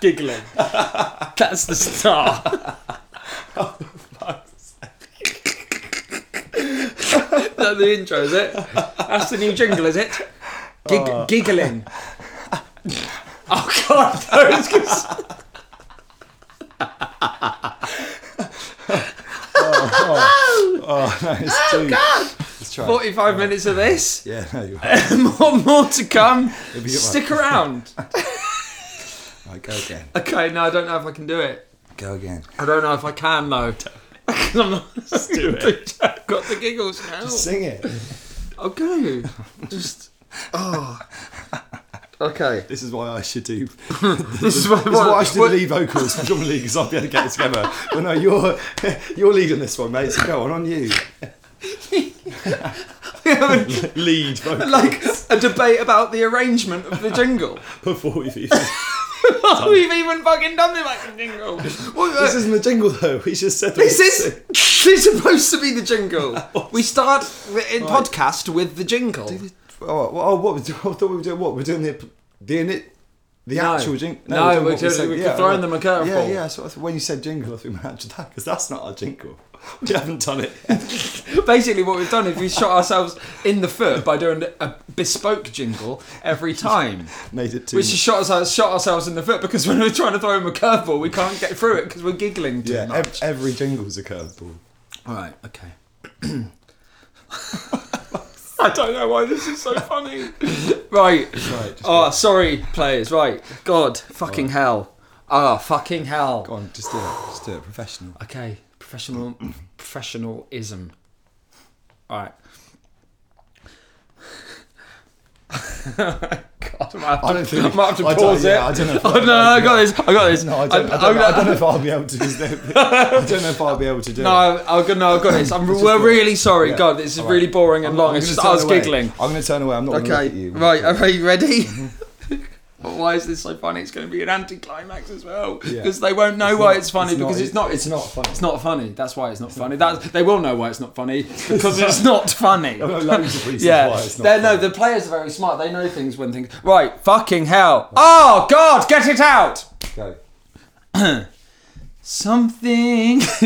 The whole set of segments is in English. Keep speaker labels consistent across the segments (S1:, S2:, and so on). S1: giggling. That's the star. That's the intro, is it? That's the new jingle, is it? Gig- Giggling. Oh God, those. Guys.
S2: Oh, no, it's too. Let's try. it.
S1: Forty-five minutes of this.
S2: Yeah, no, you're right.
S1: more, more to come.
S2: be all
S1: Stick around.
S2: Right, Go again.
S1: Okay, no, I don't know if I can do it.
S2: Go again.
S1: I don't know if I can though. 'Cause I'm not-
S3: do it.
S1: I've got the giggles now.
S2: Sing it.
S1: Okay. Just. Oh. Okay.
S2: This is why I should do.
S1: This is what,
S2: This is why I should do the lead vocals for John Lee because I'll be able to get it together. But no, you're you're leading this one, mate. So go on, on you. Lead vocal
S1: like a debate about the arrangement of the jingle.
S2: before we've even-
S1: Oh, We've even fucking done the fucking jingle. What-
S2: This isn't the jingle though. We just said
S1: This is this is supposed to be the jingle. We start the- in podcast with the jingle.
S2: Oh, well, oh what? was- I thought we were doing what? We're doing the the in it. The
S1: No.
S2: actual jingle.
S1: No,
S2: doing
S1: we're
S2: what
S1: doing-
S2: said.
S1: we're throwing them a curveball.
S2: Yeah, yeah. So I thought when you said jingle, I thought we managed that because that's not our jingle. We haven't done it.
S1: Basically, what we've done is we shot ourselves in the foot by doing a bespoke jingle every time.
S2: Made it too.
S1: Which has shot us shot ourselves in the foot because when we're trying to throw him a curveball, we can't get through it because we're giggling too
S2: yeah, ev-
S1: much.
S2: every jingle's a curveball.
S1: All right. Okay. I don't know why this is so funny. right.
S2: Right. just
S1: Oh, sorry, players. Right. God, fucking hell. Ah, fucking hell.
S2: Go on, just do it. Just do it. Professional.
S1: Okay, professional professionalism. All right. God, I, might have to,
S2: I don't think.
S1: I might have to
S2: I don't-
S1: pause
S2: yeah,
S1: it.
S2: I don't know. If,
S1: Oh, no, no, I got this. I got this.
S2: No, I don't. I,
S1: I'm-
S2: don't, know-
S1: I'm-
S2: I don't know if I'll be able to. do that. I don't know if I'll be able to do
S1: No,
S2: it.
S1: I, I got no, I got this. I'm,
S2: It's just
S1: we're
S2: like-
S1: really sorry.
S2: Yeah.
S1: God, this is
S2: All right.
S1: really boring and
S2: I'm-
S1: long.
S2: I'm
S1: it's
S2: gonna
S1: just
S2: turn
S1: I was
S2: away.
S1: giggling.
S2: I'm going to turn away. I'm not going to look at
S1: Okay,
S2: you.
S1: right. Are you ready? why is this so funny? It's going to be an anticlimax as well
S2: Yeah.
S1: because they won't know why it's funny because it's not.
S2: It's not funny.
S1: It's not funny. That's why it's not funny. That's, they will know why it's not funny because it's not funny.
S2: There are loads of reasons
S1: Yeah,
S2: why it's not.
S1: They're- no, the players are very smart. They know things when things. Right, fucking hell! Oh God, get it out!
S2: Go.
S1: Something.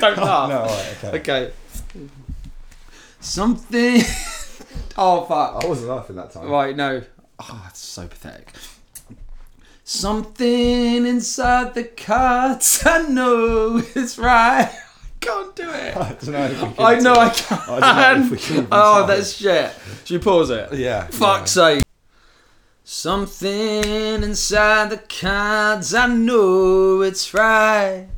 S1: Don't laugh.
S2: No, all right, okay.
S1: Okay. Something. oh fuck.
S2: I wasn't laughing that time.
S1: Right, no. Oh, it's so pathetic. Something inside the cards. I know it's right. I can't do it.
S2: I don't know. If we can
S1: I know
S2: do
S1: I
S2: it.
S1: can.
S2: I don't know if we can.
S1: oh, that's shit. Should we pause it?
S2: Yeah.
S1: Fuck's sake. Something inside the cards, I know it's right.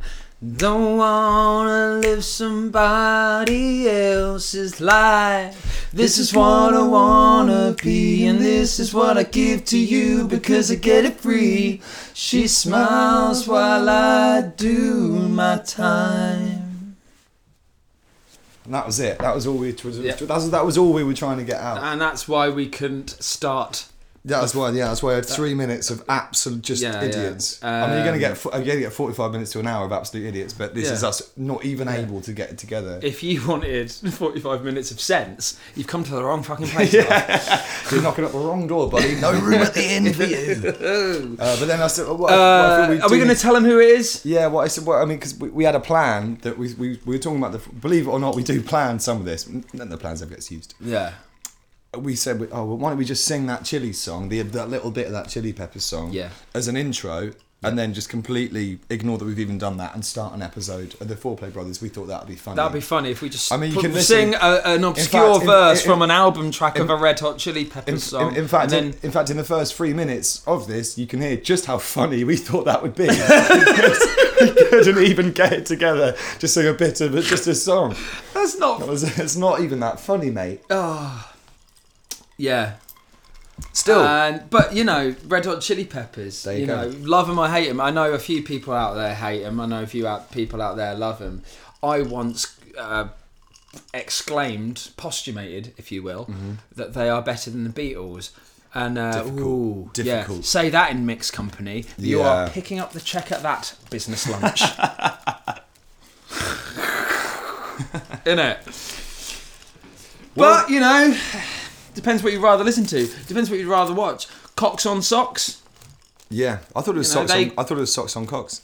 S1: Don't wanna live somebody else's life. This is what I wanna be, and this is what I give to you because I get it free. She smiles while I do my time.
S2: And that was it. That was all we. Was,
S1: Yeah.
S2: that, was, that was all we were trying to get out.
S1: And that's why we couldn't start
S2: Yeah, that's why. Yeah, that's why I had three minutes of absolute just
S1: Yeah, yeah.
S2: idiots. I mean, you're gonna
S1: Um,
S2: get. fo- You're gonna get 45 minutes to an hour of absolute idiots, but this
S1: Yeah.
S2: is us not even able to get it together.
S1: if you wanted 45 minutes of sense, you've come to the wrong fucking place.
S2: You're knocking up the wrong door, buddy. No room at the end for you.
S1: Ooh.
S2: Uh, but then I said, well, what, what I
S1: Uh,
S2: thought we'd
S1: are we
S2: do-
S1: going to tell him who it is?
S2: Yeah, well, I said, well, I mean, because we, we had a plan that we, we, we were talking about the. Believe it or not, we do plan some of this. None of the plans ever gets used.
S1: Yeah.
S2: We said, we- oh, well, why don't we just sing that Chili song, the that little bit of that Chili Peppers song,
S1: Yeah.
S2: as an intro, and then just completely ignore that we've even done that and start an episode of the Four Play Brothers. We thought that'd be funny.
S1: That'd be funny if we just
S2: I mean, you
S1: put-
S2: can listen-
S1: sing a, an obscure
S2: fact, in-
S1: verse
S2: in-
S1: from an album track
S2: in-
S1: of a Red Hot Chili Peppers
S2: In,
S1: song.
S2: in, in fact,
S1: and
S2: in,
S1: then
S2: in fact, in the first three minutes of this, you can hear just how funny we thought that would be. Because we couldn't even get it together. Just sing a bit of it, just a song.
S1: that's
S2: It
S1: not.
S2: was, it's not even that funny, mate.
S1: Oh, yeah.
S2: Still,
S1: And but you know, Red Hot Chili Peppers.
S2: There
S1: you
S2: you go.
S1: know, love them or hate them. I know a few people out there hate them. I know a few out people out there love them. I once uh, exclaimed, postulated, if you will, that they are better than the Beatles. And uh,
S2: Mm-hmm. Difficult.
S1: ooh, yeah,
S2: Difficult.
S1: say that in mixed company. You are
S2: Yeah.
S1: picking up the check at that business lunch. In it. But you know, depends what you'd rather listen to. Depends what you'd rather watch. cocks on socks.
S2: Yeah, I thought it was
S1: You know,
S2: socks.
S1: they-
S2: on, I thought it was socks on cocks.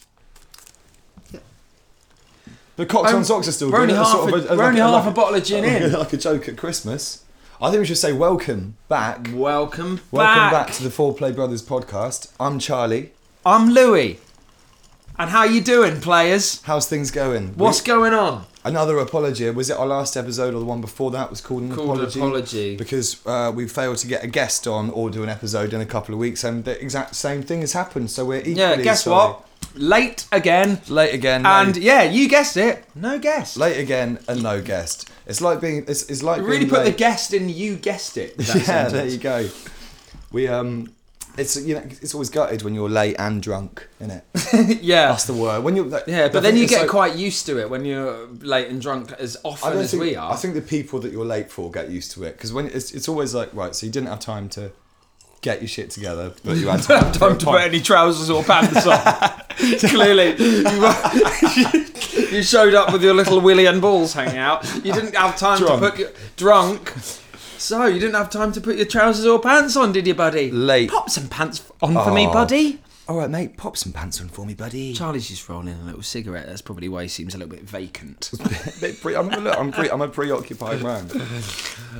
S2: But cocks
S1: Um,
S2: on socks are still
S1: We're
S2: good.
S1: only
S2: That's
S1: half,
S2: sort
S1: a,
S2: of a-
S1: we're only
S2: like-
S1: half a
S2: like-
S1: bottle of gin in.
S2: like a joke at Christmas. I think we should say welcome back.
S1: Welcome back.
S2: Welcome back to the Four Play Brothers podcast. I'm Charlie.
S1: I'm Louis. And how you doing, players?
S2: How's things going?
S1: What's going on?
S2: We- another apology? Was it our last episode or the one before that was called an
S1: Called an
S2: apology?
S1: apology.
S2: Because uh, we failed to get a guest on or do an episode in a couple of weeks, and the exact same thing has happened. So we're equally
S1: Yeah, guess
S2: sorry.
S1: what? Late again.
S2: Late again,
S1: And
S2: no-
S1: yeah, you guessed it. No guess.
S2: late again, and no guest. It's like being. It's, it's like
S1: You really
S2: being
S1: put the
S2: late.
S1: guest in you guessed it. that
S2: yeah,
S1: sentence.
S2: there you go. We um, it's you know it's always gutted when you're late and drunk, isn't it?
S1: yeah.
S2: That's the word. When you're
S1: Yeah,
S2: the
S1: but then
S2: thing
S1: you
S2: is,
S1: get
S2: like,
S1: quite used to it when you're late and drunk as
S2: I
S1: often
S2: don't
S1: as
S2: think,
S1: we are.
S2: I think the people that you're late for get used to it because when it's, it's always like right, so you didn't have time to get your shit together, but you had time, for a
S1: Time to put
S2: pint.
S1: any trousers or pants on. Clearly, you, were- you showed up with your little willy and balls hanging out. You didn't have time
S2: Drunk.
S1: to put your drunk. So you didn't have time to put your trousers or pants on, did you, buddy?
S2: Late. Oh.
S1: Pop some pants on for me,
S2: Aw.
S1: buddy.
S2: All right, mate, pop some pants on for me, buddy.
S1: Charlie's just rolling a little cigarette. That's probably why he seems a little bit vacant.
S2: Bit pre- I'm, look, I'm, pre- I'm a preoccupied man.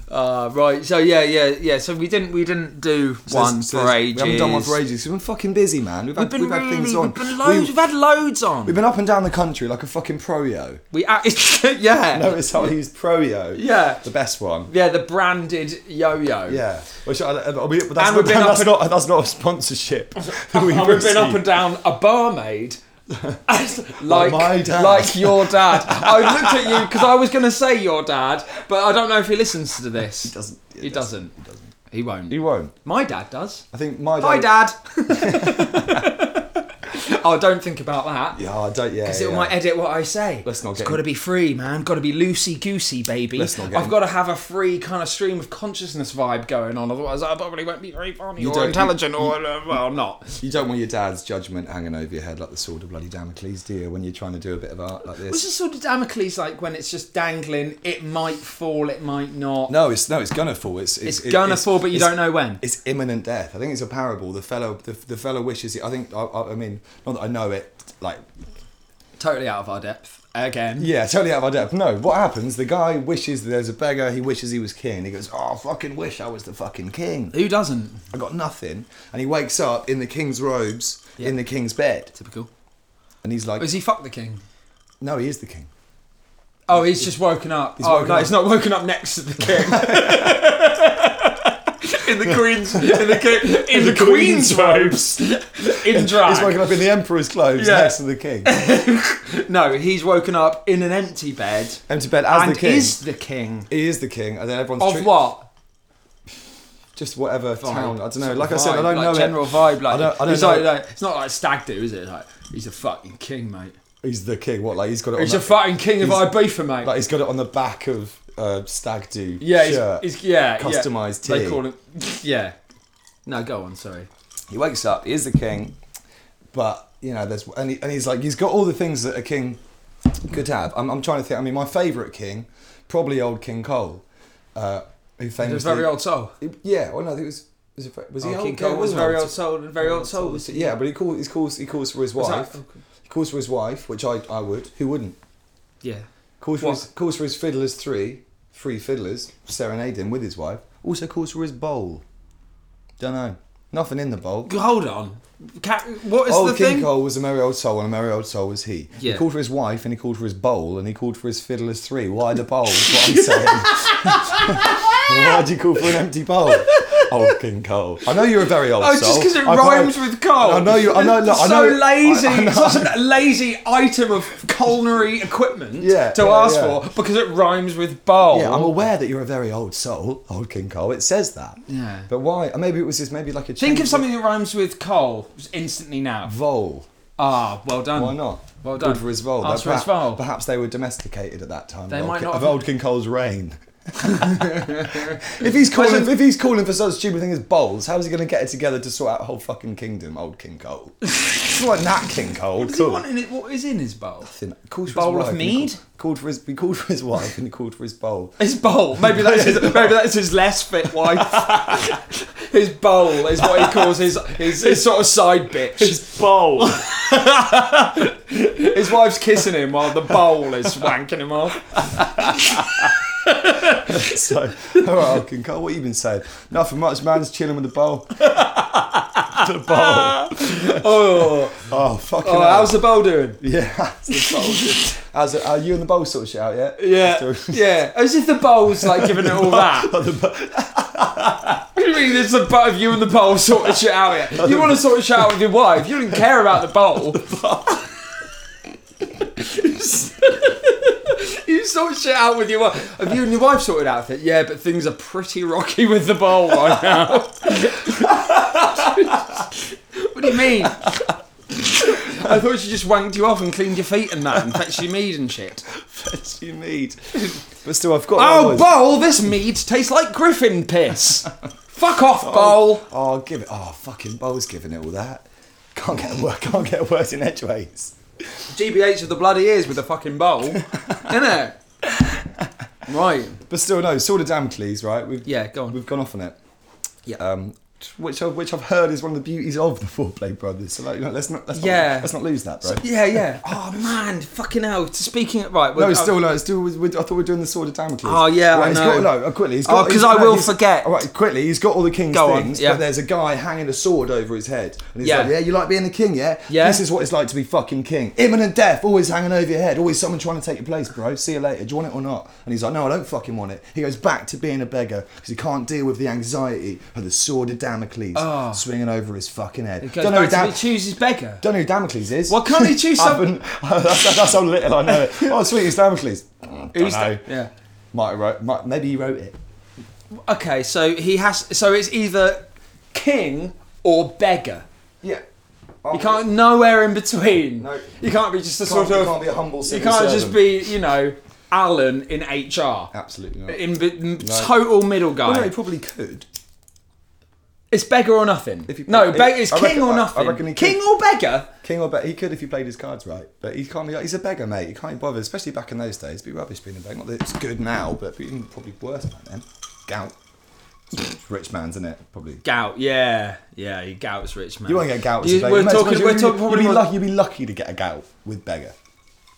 S1: Uh, right. So yeah, yeah, yeah. So we didn't we didn't do
S2: So
S1: one
S2: there's-
S1: for
S2: there's-
S1: ages.
S2: We haven't done one for ages. 'cause We've been fucking busy, man. We've had,
S1: We've been
S2: had
S1: really,
S2: things on.
S1: we've been loads. We've,
S2: We've,
S1: had loads on.
S2: we've been up and down the country like a fucking pro-yo.
S1: we uh, yeah.
S2: Notice how I used pro-yo.
S1: Yeah.
S2: The best one.
S1: Yeah, the branded yo-yo.
S2: Yeah. Which uh, I, I mean, but that's,
S1: And
S2: not,
S1: we've been up
S2: that's,
S1: and-
S2: not, that's not a sponsorship. that we've
S1: And we've been up
S2: received.
S1: and down a barmaid. as- like,
S2: my dad.
S1: like your dad. I looked at you because I was going to say your dad, but I don't know if he listens to this. He
S2: doesn't.
S1: He, doesn't. He doesn't. He won't.
S2: You won't.
S1: My dad does.
S2: I think my dad.
S1: Hi, Dad. oh, don't think about that.
S2: Yeah, I don't. Yeah.
S1: Because it
S2: yeah.
S1: might edit what I say.
S2: uh, Let's not
S1: It's
S2: get
S1: got to be free, man. Got to be loosey goosey, baby.
S2: Let's not get
S1: I've got to have a free kind of stream of consciousness vibe going on. Otherwise, I probably won't be very funny
S2: You
S1: or
S2: don't-
S1: intelligent or uh, well, not.
S2: you don't want your dad's judgment hanging over your head like the sword of bloody Damocles, do you? When you're trying to do a bit of art like
S1: What's
S2: this.
S1: the sort of Damocles like when it's just dangling? It might fall, it might not.
S2: No, it's no, it's gonna fall. It's it's,
S1: it's gonna
S2: it's-
S1: fall, but you
S2: it's-
S1: don't know when.
S2: It's imminent death. I think it's a parable. The fellow, the, the fellow wishes. It. I think. I, I I mean, not that I know it. Like,
S1: Totally out of our depth again.
S2: yeah, totally out of my depth. No, what happens? The guy wishes that there's a beggar. He wishes he was king. He goes, "Oh, I fucking wish I was the fucking king.
S1: Who doesn't?
S2: I got nothing." And he wakes up in the king's robes,
S1: Yeah.
S2: in the king's bed,
S1: Typical. Oh,
S2: and he's like,
S1: Is he fuck the king?
S2: "No, he is the king."
S1: Oh, he's just woken up.
S2: He's
S1: oh
S2: woken
S1: no,
S2: up.
S1: he's not woken up next to the king. in the queen's, in the, ki- in the queen's robes, in
S2: He's
S1: drag.
S2: woken up in the emperor's clothes
S1: Yeah.
S2: next to the king,
S1: No, he's woken up in an empty bed
S2: empty bed as
S1: and
S2: the king.
S1: is the king
S2: he is the king, and then everyone's
S1: of
S2: treat-
S1: what?
S2: just whatever town. I don't know.
S1: Sort of
S2: Like I said, I
S1: vibe,
S2: don't
S1: like
S2: know
S1: General
S2: it.
S1: vibe, like,
S2: I don't- I don't
S1: it's
S2: know
S1: like,
S2: it.
S1: like- it's not like stag do, is it? Like he's a fucking king, mate.
S2: He's the king. What? Like he's got it.
S1: He's
S2: on
S1: a fucking king of
S2: he's-
S1: Ibiza, mate.
S2: Like he's got it on the back of uh, Stag Do.
S1: yeah, he's,
S2: shirt.
S1: he's- yeah,
S2: Customised
S1: yeah.
S2: tea.
S1: They call him, yeah. No, go on. Sorry.
S2: he wakes up. He is the king, but you know, there's and, he, and he's like he's got all the things that a king could have. I'm, I'm trying to think. I mean, my favourite king, probably old King Cole, uh, who
S1: He's a
S2: famously
S1: very old soul.
S2: Yeah, well, no, I think it was was, it, was he
S1: Oh,
S2: old?
S1: King
S2: Cole
S1: Cole was
S2: wasn't
S1: very
S2: old.
S1: old soul and very old soul. Was he?
S2: Yeah, but he calls he calls he calls for his
S1: Was that-
S2: wife.
S1: okay.
S2: He calls for his wife, which I I would. Who wouldn't?
S1: Yeah.
S2: Calls for
S1: What?
S2: his calls for his fiddlers three, three fiddlers serenading with his wife. Also calls for his bowl. Don't know. Nothing in the bowl.
S1: Hold on. Ca what is
S2: old
S1: the
S2: Oh, King
S1: thing?
S2: Cole was a merry old soul, and a merry old soul was he. He
S1: Yeah.
S2: called for his wife, and he called for his bowl, and he called for his fiddlers three. Why the bowl? Is what I'm saying. Why would you call for an empty bowl? Old King Cole. I know you're a very old
S1: Oh,
S2: soul.
S1: just because it
S2: I've
S1: rhymes
S2: heard-
S1: with coal.
S2: I know you. I know. Look,
S1: so
S2: I know.
S1: lazy.
S2: I- I know.
S1: Such a lazy item of culinary equipment
S2: Yeah,
S1: to
S2: yeah,
S1: ask
S2: yeah.
S1: for because it rhymes with bowl.
S2: Yeah, I'm aware that you're a very old soul, old King Cole. It says that.
S1: Yeah.
S2: But why? Or maybe it was just maybe like a.
S1: Think
S2: change
S1: of something that rhymes with coal instantly now.
S2: Vole.
S1: Ah, well done.
S2: Why not?
S1: Well done.
S2: Good for his vole.
S1: Ask for his
S2: perhaps,
S1: vole.
S2: perhaps they were domesticated at that time.
S1: They
S2: of old
S1: might
S2: Ki-
S1: not
S2: of
S1: have-
S2: old King Cole's reign. If he's calling,
S1: Imagine-
S2: if he's calling for such a stupid thing as bowls, how is he going to get it together to sort out a whole fucking kingdom, old King Cole? it's like that King Cole.
S1: Does he
S2: cool.
S1: want in it? What is in his bowl?
S2: Nothing. Called for his
S1: Bowl of
S2: wife and he
S1: mead?
S2: Called, called for his. He called for his wife and he called for his bowl.
S1: His bowl. Maybe that's his, maybe that's his less fit wife. his bowl is what he calls his his, his sort of side bitch. His,
S3: His bowl.
S1: wife's kissing him while the bowl is wanking him off.
S2: So, all right, old King Cole, what you been saying? Nothing much, man. Just chilling with the bowl. the bowl.
S1: Oh,
S2: Oh fucking.
S1: oh
S2: hell.
S1: how's the bowl doing?
S2: yeah. it's the bowl. How's it? Are you and the bowl sort of shit out yet?
S1: Yeah,
S2: Still-
S1: yeah. As if the bowl's like giving it all that. What do you mean? It's the bowl of you and the bowl sort of shit out here. You want to sort of shit out with your wife? You don't care about the bowl. you sort shit out with your wife. Have you and your wife sorted out with it? Yeah, but things are pretty rocky with the bowl right now. what do you mean? I thought she just wanked you off and cleaned your feet and that and fetched you mead and shit.
S2: That's you mead. But still, I've got. my
S1: Oh,
S2: words.
S1: bowl, this mead tastes like griffin piss. Fuck off, bowl.
S2: Oh, give it. Oh, fucking Bowl's giving it all that. Can't get a word. Can't get a word in edgeways.
S1: GBH of the bloody ears with a fucking bowl, innit? Right.
S2: But still, no. Sword of Damocles, right? We've,
S1: Yeah, go on.
S2: We've gone off on it.
S1: Yeah.
S2: Um, which I've, which I've heard is one of the beauties of the Four Blade Brothers. So like, you know, let's not let's
S1: Yeah.
S2: not let's not lose that, bro.
S1: Yeah, yeah. Oh man, fucking hell. Speaking of, right.
S2: No,
S1: well, oh,
S2: it's
S1: I-
S2: still no. It's still. we- we- I thought we were doing the Sword of Damocles.
S1: uh, Oh, yeah, I
S2: he's
S1: know.
S2: Got, no, uh, quickly. He's
S1: Oh,
S2: got,
S1: 'cause
S2: he's-
S1: I
S2: no,
S1: will
S2: he's-
S1: forget.
S2: All right, quickly. He's got all the king's
S1: Go on,
S2: things,
S1: yeah.
S2: but there's a guy hanging a sword over his head, and he's
S1: Yeah.
S2: like, "Yeah, you like being the king, yeah?
S1: Yeah.
S2: This is what it's like to be fucking king. Imminent death, always hanging over your head, always someone trying to take your place, bro. See you later. Do you want it or not? And he's like, "No, I don't fucking want it. He goes back to being a beggar because he can't deal with the anxiety of the sword of Damocles
S1: Oh.
S2: swinging over his fucking head.
S1: It goes
S2: Don't know,
S1: back to
S2: Dam-
S1: he chooses beggar.
S2: don't know who Damocles is.
S1: Well, can't he choose
S2: I
S1: some-
S2: haven't- that's, that's how little I know it. Oh, sweet, it's Damocles.
S1: Who's
S2: know.
S1: that? Yeah.
S2: Might have wrote, might, maybe he wrote it.
S1: Okay, so he has. So it's either king or beggar.
S2: Yeah.
S1: You can't nowhere in between.
S2: No.
S1: You can't be just a
S2: Oh,
S1: sort
S2: Can't- you
S1: of.
S2: can't be a humble
S1: You
S2: civil
S1: can't just
S2: servant.
S1: be, you know, Alan in HR.
S2: Absolutely not.
S1: In, be- total middle guy.
S2: Ah. Well, no, he probably could.
S1: It's beggar or nothing.
S2: If you-
S1: no,
S2: if-
S1: beggar, it's
S2: I
S1: king
S2: reckon- I-
S1: or
S2: I
S1: nothing.
S2: reckon he
S1: king
S2: could.
S1: or beggar.
S2: King or bet he could if he played his cards right, but he can't be. He's a beggar, mate. He can't be bothered, especially back in those days. It'd be rubbish being a beggar. Not that it's good now, but it'd be probably worse back then. Gout. It's Rich man's, isn't it? Probably.
S1: Gout, yeah, yeah. He gouts rich man.
S2: You won't get gout. as
S1: You-
S2: a beggar.
S1: we're
S2: Mate,
S1: talking.
S2: you'd
S1: We're
S2: be-
S1: talking.
S2: You'd
S1: Probably
S2: be
S1: more-
S2: lucky. You'd be lucky to get a gout with beggar.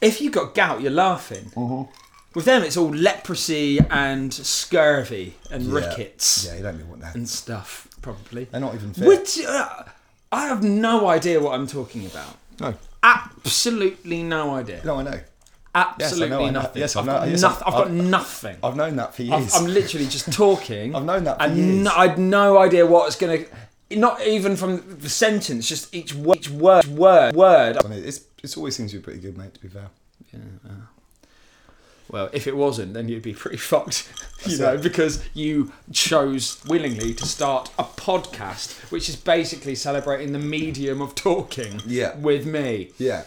S1: If you got gout, you're laughing.
S2: Mm-hmm.
S1: With them, it's all leprosy and scurvy and rickets
S2: Yeah, you don't be want that.
S1: and stuff. Probably.
S2: They're not even fit.
S1: Would you- uh, I have no idea what I'm talking about.
S2: No.
S1: Absolutely no idea.
S2: No, I know.
S1: Absolutely
S2: Yes, I know, I know.
S1: nothing.
S2: Yes, I
S1: I've
S2: know.
S1: got
S2: Yes,
S1: noth-
S2: I've-
S1: I've got
S2: I've-
S1: nothing.
S2: I've known that for
S1: I've,
S2: years.
S1: I'm literally just talking.
S2: I've known that for
S1: and
S2: years.
S1: No, I'd no idea what was going to. Not even from the sentence, just each, wo- each word, word, word.
S2: I mean, it's it's always seems to be pretty good, mate. To be fair.
S1: Well, if it wasn't, then you'd be pretty fucked, you
S2: That's
S1: know,
S2: it.
S1: because you chose willingly to start a podcast, which is basically celebrating the medium of talking.
S2: Yeah.
S1: With me.
S2: Yeah.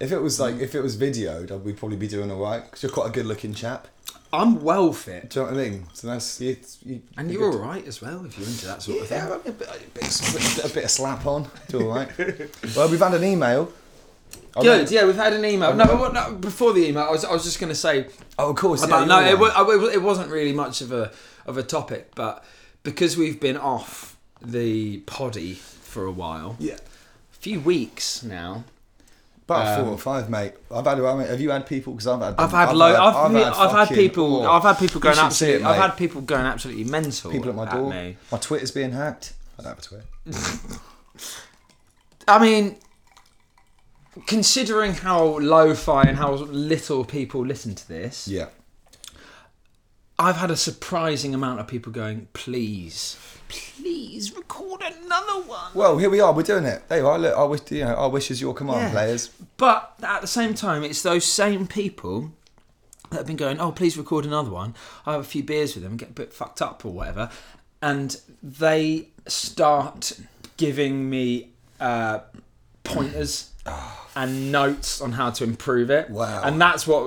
S2: If it was like if it was videoed, I'd- we'd probably be doing all right because you're quite a good-looking chap.
S1: I'm well fit,
S2: Do you know what I mean? So that's you. you
S1: and
S2: you
S1: you're all right as well if you're into that sort of thing.
S2: Yeah, a bit, a, bit, a bit of slap on. Do all right. well, we've had an email. I
S1: Good,
S2: know-
S1: yeah, we've had an email. No, but what, no, before the email, I was, I was just going to say
S2: Oh, of course.
S1: about
S2: yeah,
S1: no, it,
S2: you're
S1: wa-
S2: right.
S1: I- it, wa- it wasn't really much of a of a topic, but because we've been off the poddy for a while,
S2: Yeah.
S1: a few weeks now,
S2: About
S1: Um,
S2: four or five, mate. I've had. I mean, have you had people? Because I've had.
S1: I've had
S2: I've
S1: low. I've, I've, had,
S2: fucking-
S1: people.
S2: oh,
S1: I've had people
S2: you
S1: going
S2: should see
S1: absolutely.
S2: it,
S1: I've
S2: mate.
S1: had people going absolutely mental.
S2: people at my door.
S1: me.
S2: My Twitter's being hacked. I don't have a Twitter.
S1: I mean, considering how lo-fi and how little people listen to this,
S2: Yeah.
S1: I've had a surprising amount of people going, "Please, please record another one."
S2: Well, here we are. We're doing it. There you are. Look, I wish you know. I wish is your command,
S1: Yeah.
S2: players.
S1: But at the same time, it's those same people that have been going, oh, please record another one. I have a few beers with them, get a bit fucked up or whatever. And they start giving me uh, pointers and notes on how to improve it.
S2: Wow.
S1: And that's what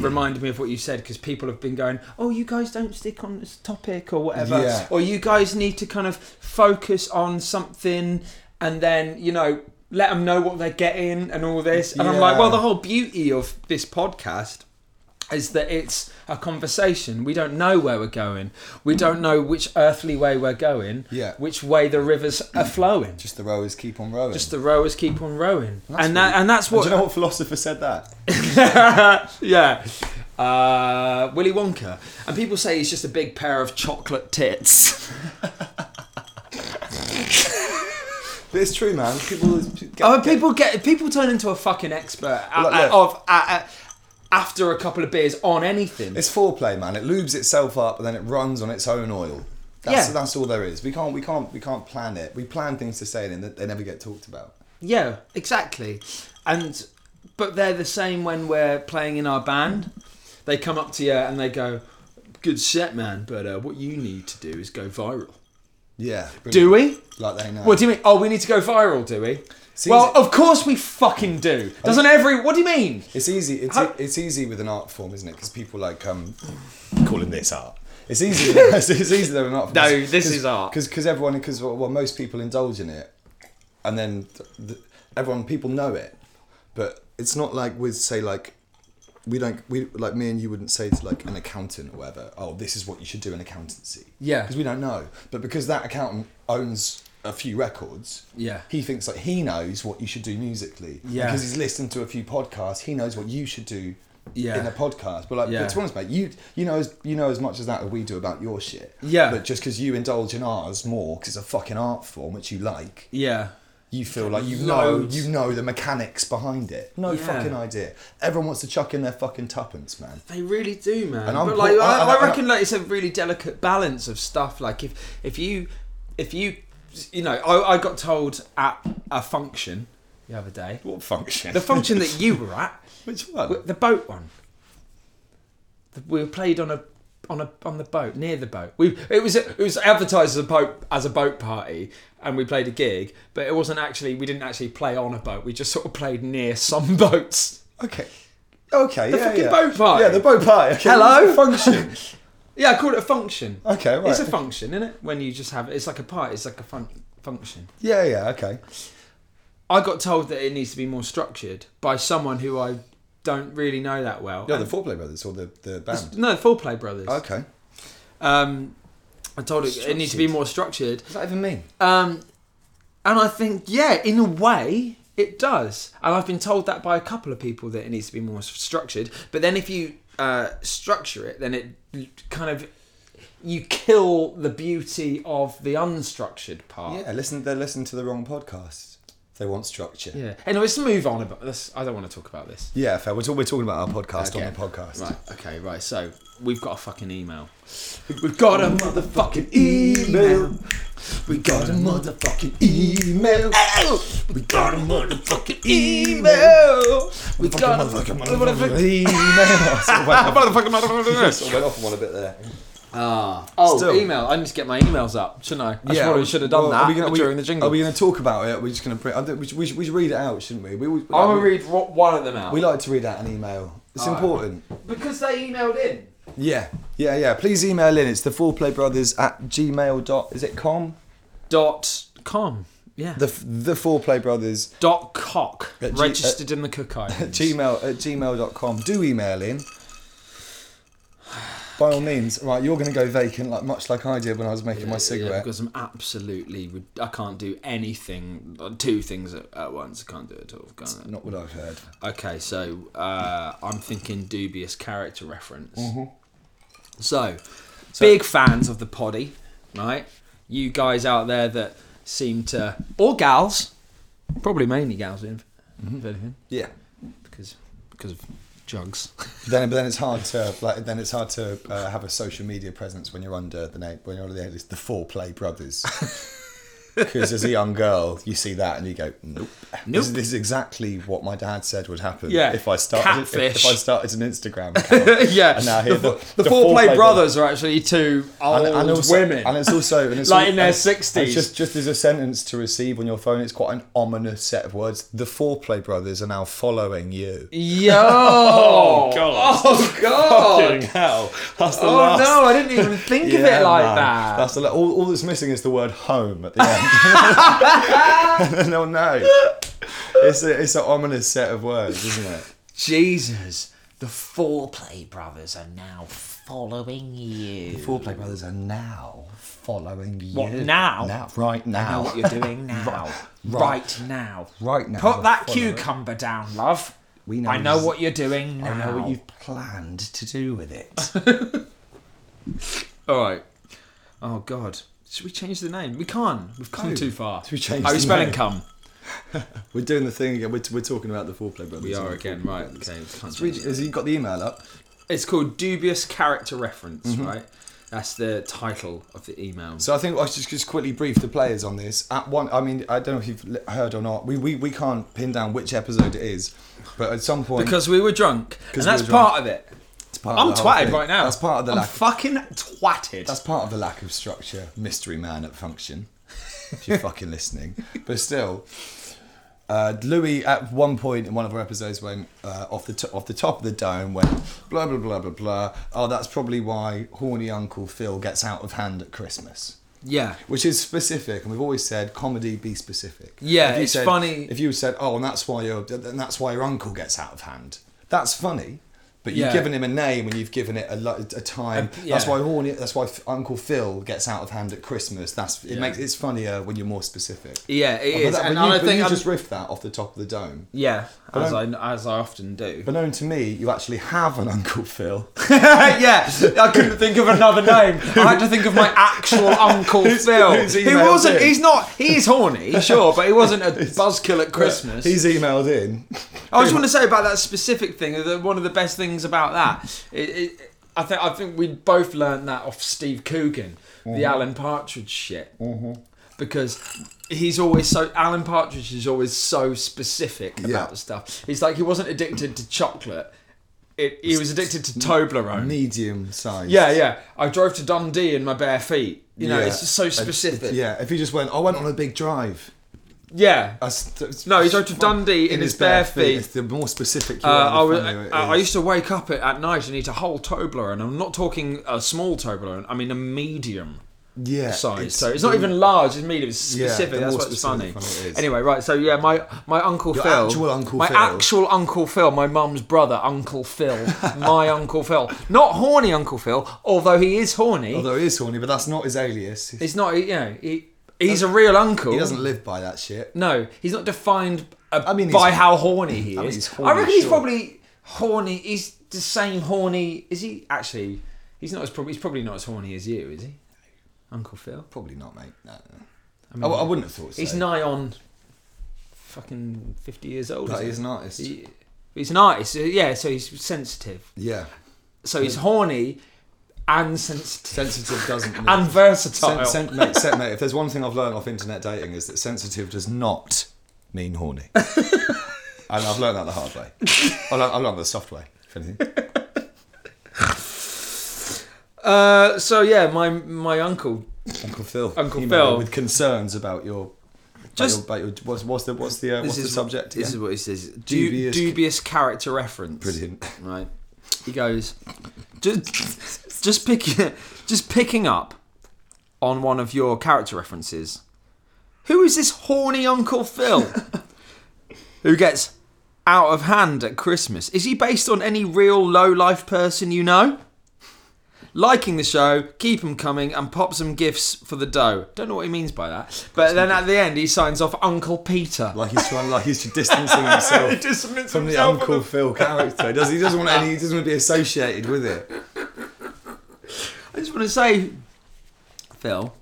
S1: reminded me of what you said because people have been going, "Oh, you guys don't stick on this topic or whatever,"
S2: Yeah.
S1: or you guys need to kind of focus on something, and then you know let them know what they're getting and all this. And I'm like,
S2: Yeah.
S1: well, the whole beauty of this podcast is that it's a conversation. We don't know where we're going. We don't know which earthly way we're going.
S2: Yeah.
S1: Which way the rivers are flowing.
S2: Just the rowers keep on rowing.
S1: Just the rowers keep on rowing,
S2: That's
S1: and that
S2: really-
S1: and that's
S2: And
S1: what.
S2: do you know what philosopher said that?
S1: yeah. Uh, Willy Wonka. And people say he's just a big pair of chocolate tits.
S2: But it's true, man. People. Get,
S1: oh, people get people turn into a fucking expert a-
S2: Look,
S1: a-
S2: look.
S1: of a- a- after a couple of beers on anything.
S2: It's foreplay, man. It lubes itself up and then it runs on its own oil. That's,
S1: Yeah.
S2: that's all there is. We can't, we can't, we can't plan it. We plan things to say and they never get talked about.
S1: Yeah, exactly. And but they're the same when we're playing in our band. They come up to you and they go, "Good set, man, but uh, what you need to do is go viral."
S2: Yeah.
S1: Do
S2: brilliant.
S1: we?
S2: Like they know.
S1: What do you mean? Oh, we need to go viral, do we?
S2: Seems-
S1: well, of course we fucking do. Doesn't every? What do you mean?
S2: It's easy. It's, e,
S1: How-
S2: it's easy with an art form, isn't it? Because people like um, calling this art. It's easy. it's easy than an art form.
S1: No, this is art.
S2: Because everyone, because well, well, most people indulge in it, and then th th everyone, people know it, but it's not like with say like. We don't. We like me and you wouldn't say to like an accountant or whatever. Oh, this is what you should do in accountancy.
S1: Yeah.
S2: Because we don't know. But because that accountant owns a few records.
S1: Yeah.
S2: He thinks like he knows what you should do musically.
S1: Yeah.
S2: Because he's listened to a few podcasts. He knows what you should do
S1: Yeah.
S2: in a podcast. But like,
S1: Yeah.
S2: but to be honest, mate, you you know as you know as much as that as we do about your shit.
S1: Yeah.
S2: But just because you indulge in ours more, because it's a fucking art form which you like,
S1: Yeah.
S2: you feel like you
S1: Loads.
S2: know you know the mechanics behind it. No
S1: Yeah.
S2: fucking idea. Everyone wants to chuck in their fucking tuppence, man.
S1: They really do, man.
S2: And I'm
S1: but like,
S2: poor-
S1: I,
S2: I-
S1: I,
S2: I- I-
S1: reckon like it's a really delicate balance of stuff. Like if if you if you you know, I, I got told at a function the other day,
S2: What function?
S1: the function that you were at,
S2: Which one?
S1: w- the boat one. The- We were played on a on a on the boat near the boat. We it was it was advertised as a boat as a boat party, and we played a gig, but it wasn't actually we didn't actually play on a boat. We just sort of played near some boats.
S2: Okay. Okay. The yeah,
S1: fucking
S2: yeah.
S1: boat party.
S2: Yeah, the boat party. Okay,
S1: Hello?
S2: what's the function.
S1: Yeah, I called it a function.
S2: Okay, right.
S1: It's a function, isn't it? When you just have it's like a party, it's like a fun function.
S2: yeah, yeah. Okay.
S1: I got told that it needs to be more structured by someone who I don't really know that well.
S2: Yeah, the Foreplay Brothers or the the band.
S1: no, the Foreplay Brothers.
S2: Okay.
S1: Um, I told it it needs to be more structured.
S2: What does that even mean?
S1: Um, and I think, yeah, in a way, it does. And I've been told that by a couple of people that it needs to be more s- structured. But then if you uh, structure it, then it kind of you kill the beauty of the unstructured part.
S2: Yeah, listen. They're listening to the wrong podcast. They want structure.
S1: Yeah. Anyway, let's move on. About this, I don't want to talk about this.
S2: Yeah, fair. We're, talk- we're talking about our podcast on
S1: Okay.
S2: the podcast.
S1: Right. Okay. Right. So we've got a fucking email. We've got a motherfucking email.
S2: Email. We got a motherfucking email.
S1: We got a motherfucking email. We got a
S2: motherfucking
S1: motherfucking
S2: motherfucking email. I sort of went off-
S1: motherfucking.
S2: sort of went off on one a bit there.
S1: Ah. Oh,
S2: Still.
S1: email. I need to get my emails up, shouldn't I? I probably should have done
S2: well,
S1: that
S2: are we gonna- are we-
S1: during the jingle.
S2: Are we going to talk about it? We're just going to print. I think we, should, we, should, we should read it out, shouldn't we? we, we
S1: I'm gonna read ro- one of them out
S2: We like to read out an email. It's
S1: Alright.
S2: important.
S1: because they emailed in.
S2: Yeah, yeah, yeah. Please email in. It's the foreplaybrothers at gmail dot. Is it com?
S1: Dot com. Yeah.
S2: The f- the foreplaybrothers
S1: dot cock.
S2: At G- uh,
S1: registered in the Cook Islands.
S2: gmail at gmail.com do email in by all means right you're going to go vacant like much like i did when i was making my
S1: Yeah,
S2: cigarette
S1: because I'm absolutely, rid- I can't do anything, two things at, at once. I can't do it at all. Can't
S2: not what i've heard
S1: I? Okay, so uh, I'm thinking dubious character reference.
S2: Mm-hmm.
S1: So, big fans of the poddy, right? You guys out there that seem to, or gals, probably mainly gals, if,
S2: Mm-hmm.
S1: if anything,
S2: yeah
S1: because because of jugs.
S2: then but then it's hard to like then it's hard to uh, have a social media presence when you're under the name when you're under the alias the four play brothers Because as a young girl, you see that and you go, nope.
S1: Nope.
S2: This, this is exactly what my dad said would happen
S1: Yeah.
S2: if I started if,
S1: Catfish.
S2: if I started an Instagram account.
S1: yeah,
S2: And I hear
S1: the,
S2: the-
S1: fo- the
S2: the
S1: four play
S2: foreplay
S1: brothers are actually two old
S2: And, and also,
S1: women.
S2: and it's also and it's
S1: Like
S2: al-
S1: in their
S2: and it's-
S1: 60s.
S2: it's Just just as a sentence to receive on your phone, it's quite an ominous set of words. The foreplay brothers are now following you.
S1: Yo!
S3: Oh, God.
S1: Oh god!
S3: Fucking hell. That's the
S1: Oh
S3: last.
S1: no, I didn't even think of
S2: Yeah,
S1: it like
S2: man.
S1: that.
S2: That's the, all, all that's missing is the word home at the end. and they'll know. It's a, it's an ominous set of words, isn't it?
S1: Jesus, the foreplay brothers are now following you.
S2: Foreplay brothers are now following you.
S1: What, now?
S2: Now, right
S1: I know
S2: now.
S1: what you're doing now. right. now.
S2: Right now.
S1: Put that
S2: Follow it.
S1: cucumber down, love.
S2: We
S1: I know
S2: ex-
S1: what you're doing now.
S2: I know what you've planned to do with it.
S1: All right. Oh God. Should we change the name? We can't. We've come
S2: No.
S1: too far.
S2: Should we change
S1: Are we
S2: the
S1: spelling
S2: name?
S1: cum?
S2: we're doing the thing again. We're, we're talking about the foreplay brothers.
S1: We are again. Right. Okay. we can't
S2: It's, really-
S1: change it.
S2: has he got the email up?
S1: It's called dubious character reference. Right. That's the title of the email.
S2: Mm-hmm. So I think I should just quickly brief the players on this. At one, I mean, I don't know if you've li- heard or not. We, we, we can't pin down which episode it is, but at some point,
S1: because we were drunk, and
S2: we
S1: that's
S2: were drunk.
S1: part of it.
S2: it's part
S1: I'm
S2: of the whole
S1: twatted
S2: thing.
S1: right now.
S2: That's part of the
S1: I'm
S2: lack.
S1: fucking twatted.
S2: that's part of the lack of structure. Mystery man at function. if you're fucking listening, but still, uh, Louis at one point in one of our episodes went uh, off the to- off the top of the dome went blah blah blah blah blah. Oh, that's probably why horny Uncle Phil gets out of hand at Christmas.
S1: yeah.
S2: which is specific, and we've always said comedy be specific.
S1: Yeah,
S2: If you
S1: it's
S2: said-
S1: funny.
S2: If you said, "Oh, and that's why your and that's why your uncle gets out of hand," that's funny. But you've
S1: Yeah.
S2: given him a name and you've given it a, lo- a time.
S1: Um, yeah.
S2: That's why horny. That's why F- Uncle Phil gets out of hand at Christmas. That's it
S1: Yeah.
S2: makes it's funnier when you're more specific.
S1: Yeah, it
S2: But
S1: is.
S2: that-
S1: and
S2: but you,
S1: I
S2: but
S1: think
S2: you
S1: I'm,
S2: just riffed that off the top of the dome.
S1: yeah,
S2: But
S1: as I as I often do.
S2: But known to me, you actually have an Uncle Phil.
S1: yeah, I couldn't think of another name. I had to think of my actual uncle Phil.
S2: who's
S1: he
S2: emailed
S1: wasn't.
S2: in?
S1: He's not. He is horny, sure, but he wasn't a buzzkill at Christmas.
S2: He's emailed in.
S1: I just want to say about that specific thing. That one of the best things about that, it, it, I think, I think we both learned that off Steve Coogan, the Alan Partridge shit, because he's always so. Alan Partridge is always so specific
S2: Yeah.
S1: about stuff. He's like he wasn't addicted to chocolate. It, he was addicted to Toblerone.
S2: medium size.
S1: Yeah, yeah. I drove to Dundee in my bare feet. You know,
S2: Yeah.
S1: it's just so specific. yeah.
S2: Yeah, if he just went, I went on a big drive. I st-
S1: No, he drove to Dundee in his bare feet.
S2: It's the more specific. You
S1: Uh,
S2: are, the
S1: I, was,
S2: funnier
S1: I,
S2: it
S1: I
S2: is.
S1: used to wake up at, at night and eat a whole Toblerone. I'm not talking a small Toblerone. I mean a medium
S2: yeah,
S1: size. so it's not even large. It's medium. It's
S2: Yeah,
S1: specific.
S2: the
S1: That's
S2: more
S1: what's funny.
S2: specific one it is.
S1: Anyway, right. So yeah, my my uncle
S2: Your
S1: Phil,
S2: actual Uncle
S1: my
S2: Phil.
S1: actual uncle Phil, my mum's brother, Uncle Phil, my uncle Phil, not horny Uncle Phil, although he is horny.
S2: Although he is horny, but that's not his alias. He
S1: It's not, you know, he, he's a real uncle.
S2: doesn't live by that shit.
S1: No, he's not defined uh,
S2: I mean, he's-
S1: by how horny he is.
S2: I
S1: I,
S2: mean, he's horny,
S1: reckon he's
S2: sure.
S1: probably horny. He's the same horny. Is he actually? He's not as probably. He's probably not as horny as you, is he? Uncle Phil.
S2: Probably not, mate. No, no. I, w- I wouldn't have thought so.
S1: He's nigh on, fucking fifty years old.
S2: But
S1: isn't
S2: he's
S1: he?
S2: an artist.
S1: He- he's an artist. uh, Yeah, so he's sensitive.
S2: yeah,
S1: So he's horny, and sensitive,
S2: sensitive doesn't. mean-
S1: and versatile.
S2: Sen- sen- mate, sen- mate, if there's one thing I've learned off internet dating is that sensitive does not mean horny. and I've learned that the hard way. I learned, I learned the soft way. If anything.
S1: uh, so yeah, my my uncle
S2: Uncle Phil.
S1: Uncle
S2: Emailed
S1: Phil.
S2: with concerns about your.
S1: Just-
S2: Just about your, about your- what's, what's the what's the uh, what's the subject?
S1: This
S2: Again?
S1: is what he says. Du- dubious,
S2: Dubious-
S1: character reference.
S2: Brilliant.
S1: Right. He goes, just, just picking, just picking up on one of your character references. Who is this horny Uncle Phil? who gets out of hand at Christmas? Is he based on any real low life person you know? Liking the show, keep 'em coming, and pop some gifts for the dough. Don't know what he means by that. But then at the end, he signs off Uncle Peter.
S2: Like he's trying, like he's distancing himself
S1: dismissed
S2: from the Uncle Phil character. He doesn't, he doesn't want any. He doesn't want to be associated with it.
S1: I just want to say, Phil.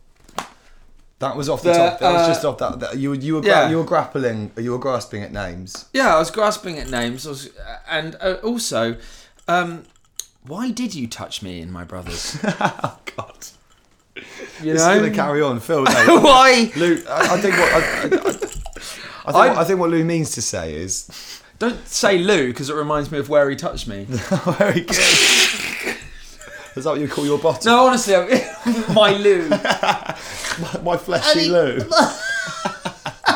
S2: That was off the,
S1: The,
S2: top. That was
S1: uh,
S2: just off that. that- you were- you were gra-
S1: Yeah.
S2: you were grappling. You were grasping at names.
S1: Yeah, I was grasping at names, I was, and uh, also, um, why did you touch me and my brothers?
S2: Oh God.
S1: You
S2: this is
S1: know
S2: going to carry on, Phil. No.
S1: why?
S2: Lou, I, I think what I, I, I, I think
S1: I-
S2: what, I think what Lou means to say is
S1: Don't say Lou because it reminds me of where he touched me.
S2: very good. is that what you call your bottom?
S1: No, honestly, I'm, my Lou.
S2: My fleshy
S1: he-
S2: Lou.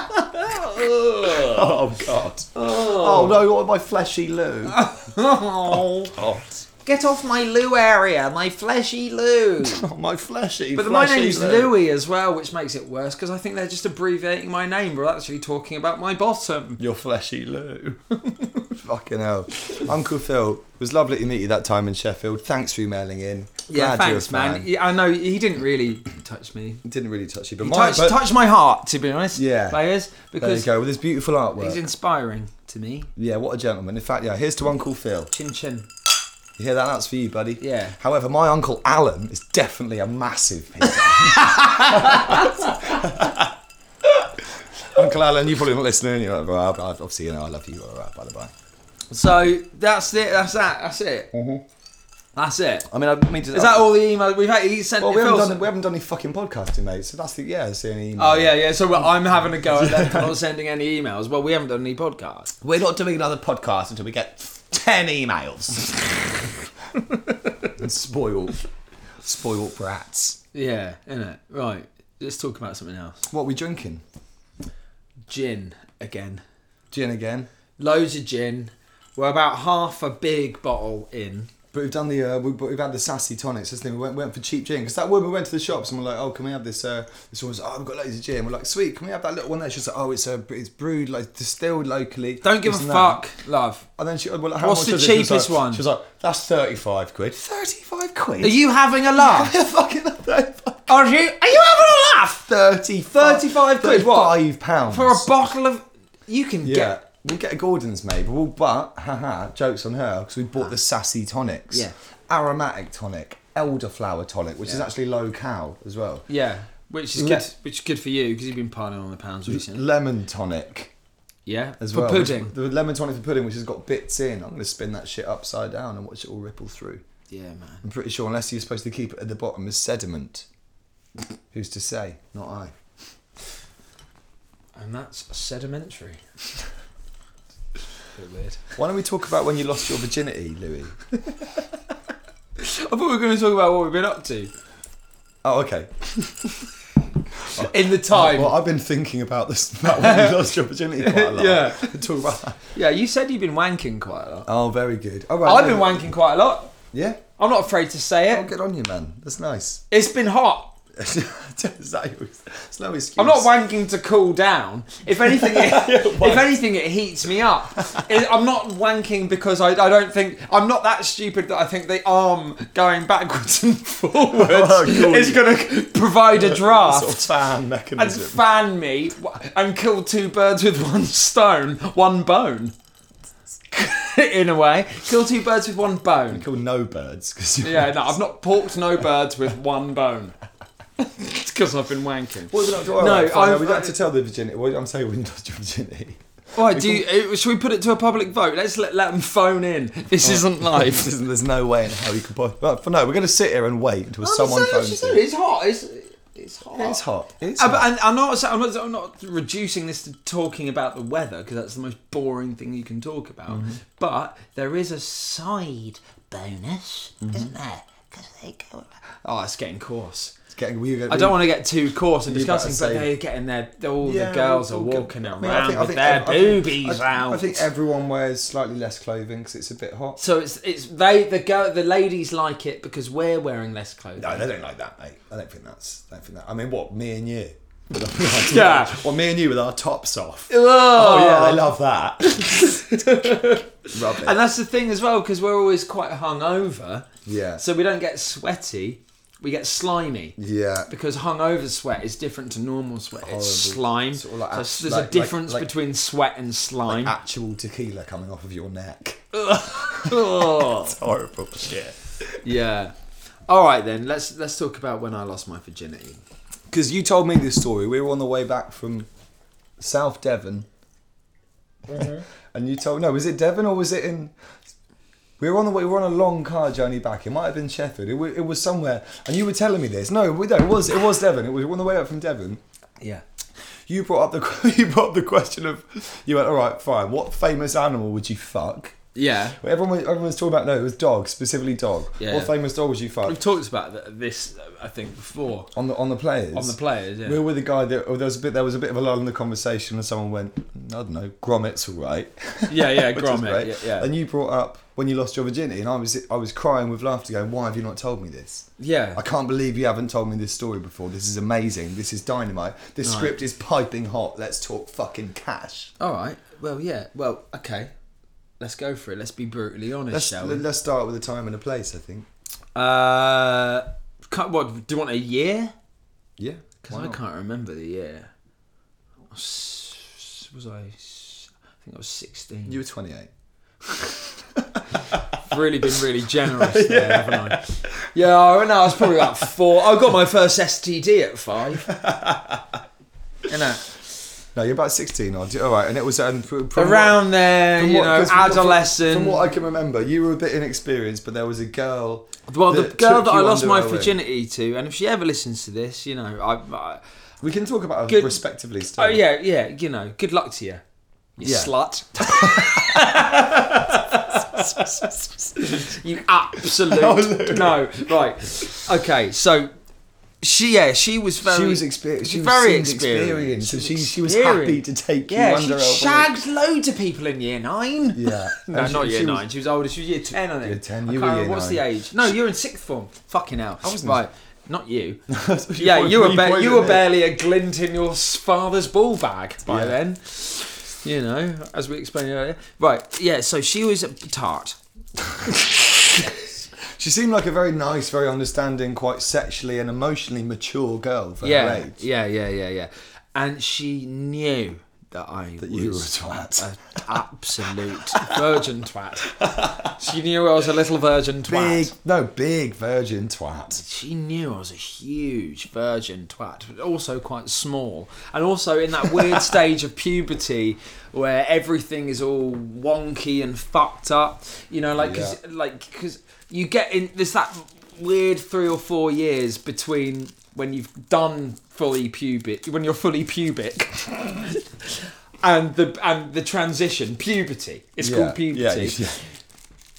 S2: oh God. Oh. no, what my fleshy Lou.
S1: Oh. Get off my Lou area, my fleshy Lou.
S2: Oh, my fleshy.
S1: But my
S2: fleshy
S1: name's
S2: Lou.
S1: Louis as well, which makes it worse because I think they're just abbreviating my name. We're actually talking about my bottom.
S2: Your fleshy Lou. Fucking hell. Uncle Phil, it was lovely to meet you that time in Sheffield. Thanks for emailing in.
S1: Yeah,
S2: Glad
S1: thanks,
S2: you're a
S1: man.
S2: fan.
S1: Yeah, I know he didn't really touch me.
S2: Didn't really touch you, but
S1: He
S2: my
S1: touched,
S2: but-
S1: touched my heart, to be honest.
S2: Yeah.
S1: players,
S2: there you
S1: because
S2: go with his beautiful
S1: he's
S2: artwork.
S1: inspiring to me.
S2: yeah, what a gentleman. In fact, yeah, here's to Uncle Phil.
S1: Chin chin.
S2: You hear that? That's for you, buddy.
S1: Yeah.
S2: However, my uncle Alan is definitely a massive. pig. uncle Alan, you probably not listening. You're like, well, I've- I've- obviously, you know, I love you. All right, by the by.
S1: So that's it. That's that. That's it.
S2: Mm-hmm.
S1: That's it.
S2: I mean, I mean, to,
S1: Is that all the emails we've had? He sent.
S2: Well, we haven't,
S1: Phil's-
S2: done, we haven't done any fucking podcasting, mate. So that's the yeah, it's the only. Email.
S1: Oh yeah, yeah. So well, I'm having a go at them for not sending any emails. Well, we haven't done any podcasts.
S2: We're not doing another podcast until we get ten emails. and spoiled, spoiled brats.
S1: Yeah, innit? Right. Let's talk about something else.
S2: What are we drinking?
S1: Gin again.
S2: Gin again.
S1: Loads of gin. We're about half a big bottle in.
S2: But we've done the uh, we, but we've had the sassy tonics. That's the thing. We went, went for cheap gin because that woman went to the shops and we're like, oh, can we have this? Uh, this one's oh, we've got loads of gin. We're like, sweet, can we have that little one there? She's like, oh, it's uh, it's brewed like distilled locally.
S1: Don't give
S2: this
S1: a
S2: and that."
S1: fuck, love.
S2: And then she, well, like, how
S1: What's
S2: much
S1: the
S2: is it? She was
S1: cheapest
S2: like-
S1: one?
S2: She was like, that's thirty five quid. Thirty five quid.
S1: Are you having a laugh?
S2: fucking
S1: Are you? Are you having a laugh?
S2: thirty
S1: 35 quid, what?
S2: Five pounds
S1: For a bottle of, you can
S2: Yeah.
S1: get
S2: We'll get a Gordon's maybe, but, we'll, but haha, jokes on her because we bought the sassy tonics.
S1: Yeah.
S2: Aromatic tonic, elderflower tonic, which is actually low cal as well.
S1: Yeah, which is
S2: Le-
S1: good. Which is good for you because you've been piling on the pounds recently.
S2: Lemon tonic
S1: Yeah,
S2: as
S1: for
S2: well. which-
S1: pudding.
S2: the lemon tonic for pudding, which has got bits in. I'm going to spin that shit upside down and watch it all ripple through.
S1: Yeah, man.
S2: I'm pretty sure, unless you're supposed to keep it at the bottom as sediment. Who's to say? Not I.
S1: And that's sedimentary. Bit weird.
S2: Why don't we talk about when you lost your virginity, Louis?
S1: I thought we were going to talk about what we've been up to
S2: Oh, okay.
S1: in the time.
S2: Well, I've been thinking about this about when you lost your virginity quite a lot.
S1: Yeah.
S2: Talk about that.
S1: yeah, you said you've been wanking quite a lot.
S2: Oh, very good. All right.
S1: I've been
S2: no,
S1: wanking quite a lot.
S2: Yeah.
S1: I'm not afraid to say
S2: Oh,
S1: it.
S2: good on you, man. That's nice.
S1: It's been hot.
S2: Is that your- It's no excuse.
S1: I'm not wanking to cool down. If anything, it, if anything, it heats me up. It- I'm not wanking because I, I don't think I'm not that stupid that I think the arm going backwards and forwards
S2: Oh, cool.
S1: is going to provide a draft.
S2: Sort of fan
S1: and
S2: mechanism.
S1: fan me w- and kill two birds with one stone, one bone. In a way, kill two birds with one bone.
S2: Called no birds because you.
S1: Yeah, no, I've not porked no birds with one bone. it's because I've been wanking.
S2: What was it? All
S1: No,
S2: right, fine,
S1: I've-
S2: we don't have to tell the virginity. Well, I'm saying we lost your virginity.
S1: Why do you, uh, should we put it to a public vote? Let's let, let them phone in. This
S2: Oh.
S1: isn't live.
S2: There's- There's no way in hell you could. Possibly, but for no, we're going to sit here and wait until
S1: Oh,
S2: someone phones in.
S1: It's hot. It's, it's hot.
S2: It's hot. It's
S1: Uh,
S2: hot.
S1: but- and I'm not, sa- I'm not. I'm not reducing this to talking about the weather because that's the most boring thing you can talk about.
S2: Mm-hmm.
S1: But there is a side bonus,
S2: Mm-hmm.
S1: isn't there? Because they go. Oh, it's getting coarse.
S2: It's getting- we- we-
S1: I don't want to get too coarse and
S2: You better
S1: discussing, but
S2: say-
S1: they're getting their. All
S2: Yeah,
S1: the girls
S2: all
S1: are
S2: good.
S1: walking
S2: I
S1: around
S2: mean, I think- I
S1: with
S2: think
S1: their
S2: ev- I think-
S1: boobies
S2: I think-
S1: out.
S2: I think everyone wears slightly less clothing because it's a bit hot.
S1: so it's it's they the girl the ladies like it because we're wearing less clothes.
S2: No, they don't like that, mate. I don't think that's. I don't think that. I mean, what me and you?
S1: Yeah.
S2: Well, me and you with our tops off.
S1: Oh,
S2: Oh yeah, they love that. Rubbish.
S1: And that's the thing as well, because we're always quite hungover.
S2: Yeah.
S1: So we don't get sweaty, we get slimy.
S2: yeah.
S1: Because hungover sweat is different to normal sweat. It's slime.
S2: Sort of like
S1: So
S2: abs-
S1: there's
S2: like-
S1: a
S2: like-
S1: difference
S2: like-
S1: between sweat and slime.
S2: Actual tequila coming off of your neck.
S1: Ugh.
S2: Horrible shit.
S1: yeah. All right then. Let's let's talk about when I lost my virginity.
S2: Because you told me this story. We were on the way back from South
S1: Mm-hmm.
S2: Devon, and you told no, was it Devon or was it in? We were on the way. We were on a long car journey back. It might have been Sheffield. It, wa- it was somewhere. And you were telling me this. No, we, no, it was it was Devon. It was on the way up from Devon.
S1: Yeah.
S2: You brought up the you brought up the question of you went all right fine. What famous animal would you fuck?
S1: Yeah.
S2: Well, Everyone was, everyone was talking about no, it was dog specifically dog.
S1: Yeah.
S2: What famous dog would you fuck
S1: We've talked about th- this, uh, I think, before
S2: on the on the players?
S1: on the players. Yeah.
S2: We were with a guy that oh, there was a bit there was a bit of a lull in the conversation and someone went I don't know Gromit's all right.
S1: yeah, yeah,
S2: Which is
S1: Gromit.
S2: great.
S1: Yeah, yeah.
S2: And you brought up when you lost your virginity, and I was I was crying with laughter, going, "Why have you not told me this?
S1: yeah.
S2: I can't believe you haven't told me this story before. This is amazing. This is dynamite. This
S1: Right.
S2: script is piping hot. Let's talk fucking cash.
S1: All right. Well, yeah. Well, okay. Let's go for it. Let's be brutally honest,
S2: Let's
S1: shall we?
S2: let's start with a time and a place. I think.
S1: Uh, can't, what do you want a year?
S2: Yeah.
S1: Because I can't remember the year. I Was was I? s- I think I was sixteen.
S2: You
S1: You've
S2: were 28.
S1: really been really generous there, haven't I? Yeah, I know. I was probably about four. I got my first STD at five. You know,
S2: No, you're about 16. Odd. All right, and it was um, fr- from what-
S1: around there,
S2: from
S1: you
S2: what-
S1: know,
S2: 'cause from what- from-
S1: adolescent.
S2: From what I can remember, you were a bit inexperienced, but there was a girl.
S1: well, the
S2: that
S1: girl
S2: took
S1: that I
S2: you
S1: lost
S2: under
S1: my
S2: her wing.
S1: virginity to, and if she ever listens to this, you know, I, I
S2: We can talk about her
S1: Good-
S2: respectively. Still.
S1: Oh yeah, yeah. You know, good luck to you, you
S2: Yeah.
S1: slut. you
S2: Oh,
S1: absolute no. Right. Okay. So she, yeah, she was very.
S2: she was experienced. She was
S1: very
S2: very
S1: experienced.
S2: experienced. So she, she was
S1: Experienced.
S2: happy to take you
S1: yeah,
S2: under
S1: she
S2: her wing.
S1: shagged loads of people in year nine.
S2: Yeah,
S1: No,
S2: And she-
S1: Uh, not year
S2: she was-
S1: nine. She was older. She was year ten. I think.
S2: Year 10,
S1: I can't
S2: you were year
S1: remember What's the
S2: nine.
S1: age? No, you're in sixth form. Fucking hell. I
S2: wasn't.
S1: Right. Not you. yeah, you were ba- you were barely a glint in your s- father's ball bag by
S2: Yeah.
S1: then. You know, as we explained earlier. Right. Yeah. So she was a tart.
S2: She seemed like a very nice, very understanding, quite sexually and emotionally mature girl for
S1: yeah.
S2: her age.
S1: Yeah. Yeah. Yeah. Yeah. And she knew that I
S2: That
S1: was
S2: you were a twat.
S1: an absolute virgin twat. She knew I was a little virgin twat.
S2: Big, no, big virgin twat.
S1: She knew I was a huge virgin twat, but also quite small. And also in that weird stage of puberty where everything is all wonky and fucked up. You know, like, cause, like, cause you get in, there's that weird three or four years between when you've done fully pubic, when you're fully pubic. And the and the transition puberty. It's called puberty
S2: Yeah, yeah.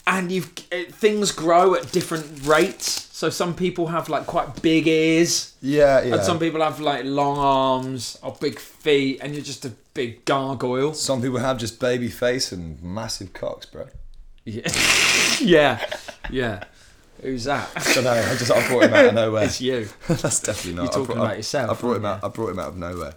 S1: and you've uh, things grow at different rates. So some people have like quite big ears,
S2: yeah, yeah.
S1: and some
S2: Some,
S1: people have like long arms or big feet, and you're just a big gargoyle.
S2: people have just baby face and massive cocks, bro.
S1: Yeah, yeah, yeah. Who's that?
S2: I don't know. I just I brought him out of nowhere.
S1: It's you.
S2: That's definitely not.
S1: You're
S2: I
S1: talking
S2: brought-
S1: about
S2: I-
S1: yourself,
S2: I brought him
S1: aren't
S2: out. I brought him out of nowhere.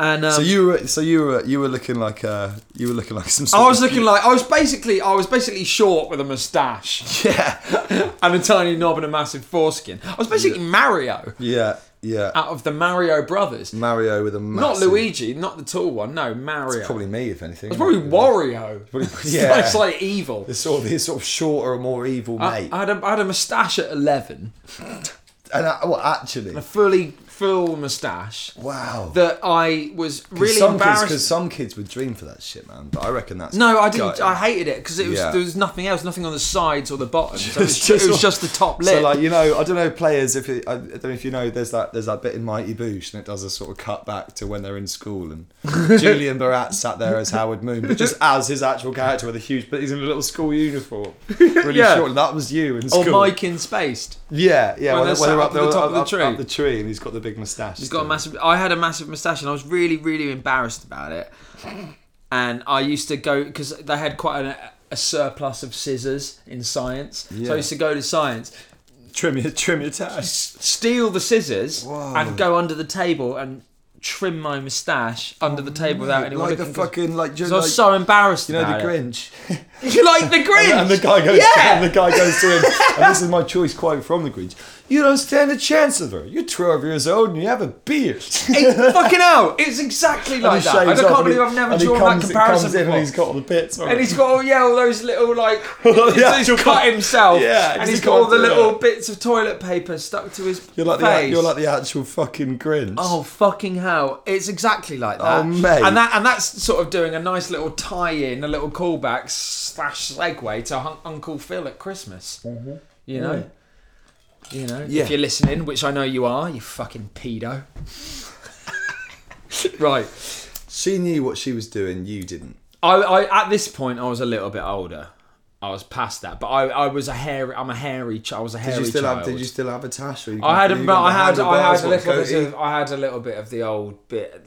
S1: And um,
S2: so you were. So you were. You were looking like. Uh, you were looking like some. Sort
S1: I was
S2: of,
S1: looking like I was basically I was basically short with a moustache
S2: Yeah.
S1: and a tiny knob and a massive foreskin. I was basically Mario
S2: Yeah. Yeah.
S1: out of the Mario brothers.
S2: Mario with a
S1: Uh, Not
S2: massive,
S1: Luigi, not the tall one. No, Mario.
S2: Probably me, if anything.
S1: It's probably Wario.
S2: yeah.
S1: it's like Uh, evil.
S2: It's sort of his sort of shorter, more evil
S1: I,
S2: mate.
S1: I had a, I had a moustache at eleven,
S2: and I, well, actually,
S1: a fully full moustache
S2: wow.
S1: that I was really
S2: some
S1: embarrassed.
S2: because some kids would dream for that shit, man. But I reckon that's
S1: no, I didn't.
S2: gutting.
S1: I hated it because it was
S2: Yeah.
S1: there was nothing else, nothing on the sides or the bottom. So it, was,
S2: Just-
S1: it was
S2: just-
S1: just the top lip.
S2: so like you know, I don't know players. If it, I don't know if you know, there's that there's that bit in Mighty Boosh, and it does a sort of cut back to when they're in school, and Julian Barat sat there as Howard Moon, but just as his actual character with a huge, but he's in a little school uniform, really
S1: Yeah.
S2: short. And that was you in
S1: or
S2: school.
S1: Mike in Spaced.
S2: Yeah, yeah.
S1: When they're sat up at the
S2: they're
S1: top of the tree.
S2: up the tree, and he's got the big moustache.
S1: He's got a massive. I had a massive moustache, and I was really, really embarrassed about it. And I used to go because they had quite an, a surplus of scissors in science, so
S2: Yeah.
S1: I used to go to science,
S2: trim your trim your tash.
S1: steal the scissors
S2: Whoa.
S1: and go under the table and trim my moustache under the table without anyone
S2: Oh, Like the
S1: looking 'cause-
S2: fucking like, you
S1: 'cause
S2: know,
S1: I
S2: like
S1: was so embarrassed.
S2: you know
S1: about
S2: the
S1: it.
S2: Grinch.
S1: You like the Grinch?
S2: And the guy goes.
S1: Yeah.
S2: And the guy goes to him. And this is my choice quote from the Grinch. You don't stand a chance with her. You're 12 years old and you have a beard.
S1: It- fucking hell! It's exactly
S2: And he
S1: like that. I
S2: shaves
S1: can't
S2: off and
S1: believe
S2: he-
S1: I've never
S2: and he
S1: drawn
S2: comes-
S1: that
S2: he
S1: comparison
S2: comes in
S1: before.
S2: and he's got the bits. on
S1: and
S2: it.
S1: he's got all yeah, all those little like
S2: the
S1: he's, he's
S2: actual
S1: cut
S2: part-
S1: himself,
S2: Yeah,
S1: and
S2: 'cause
S1: he's
S2: he
S1: got all
S2: can't
S1: the
S2: do
S1: little
S2: it.
S1: bits of toilet paper stuck to his
S2: You're like the
S1: face.
S2: you're like the actual fucking Grinch.
S1: Oh fucking hell! It's exactly like that.
S2: Oh, mate.
S1: And that and that's sort of doing a nice little tie-in, a little callback, s- slash segue to hun- Uncle Phil at Christmas. You know. You know,
S2: Mm-hmm. Yeah.
S1: if you're listening, which I know you are, you fucking pedo. right,
S2: She knew what she was doing. You didn't.
S1: I, I at this point I was a little bit older. I was past that, but I, I was a hairy. I'm a hairy. Ch- I was a hairy
S2: Did you still
S1: child.
S2: have? Did you still have a tash? Or you
S1: I had
S2: you
S1: a,
S2: got
S1: I
S2: the
S1: had, I had
S2: handlebars,
S1: a
S2: what,
S1: little bit
S2: goatee?
S1: of, I had a little bit of the old bit,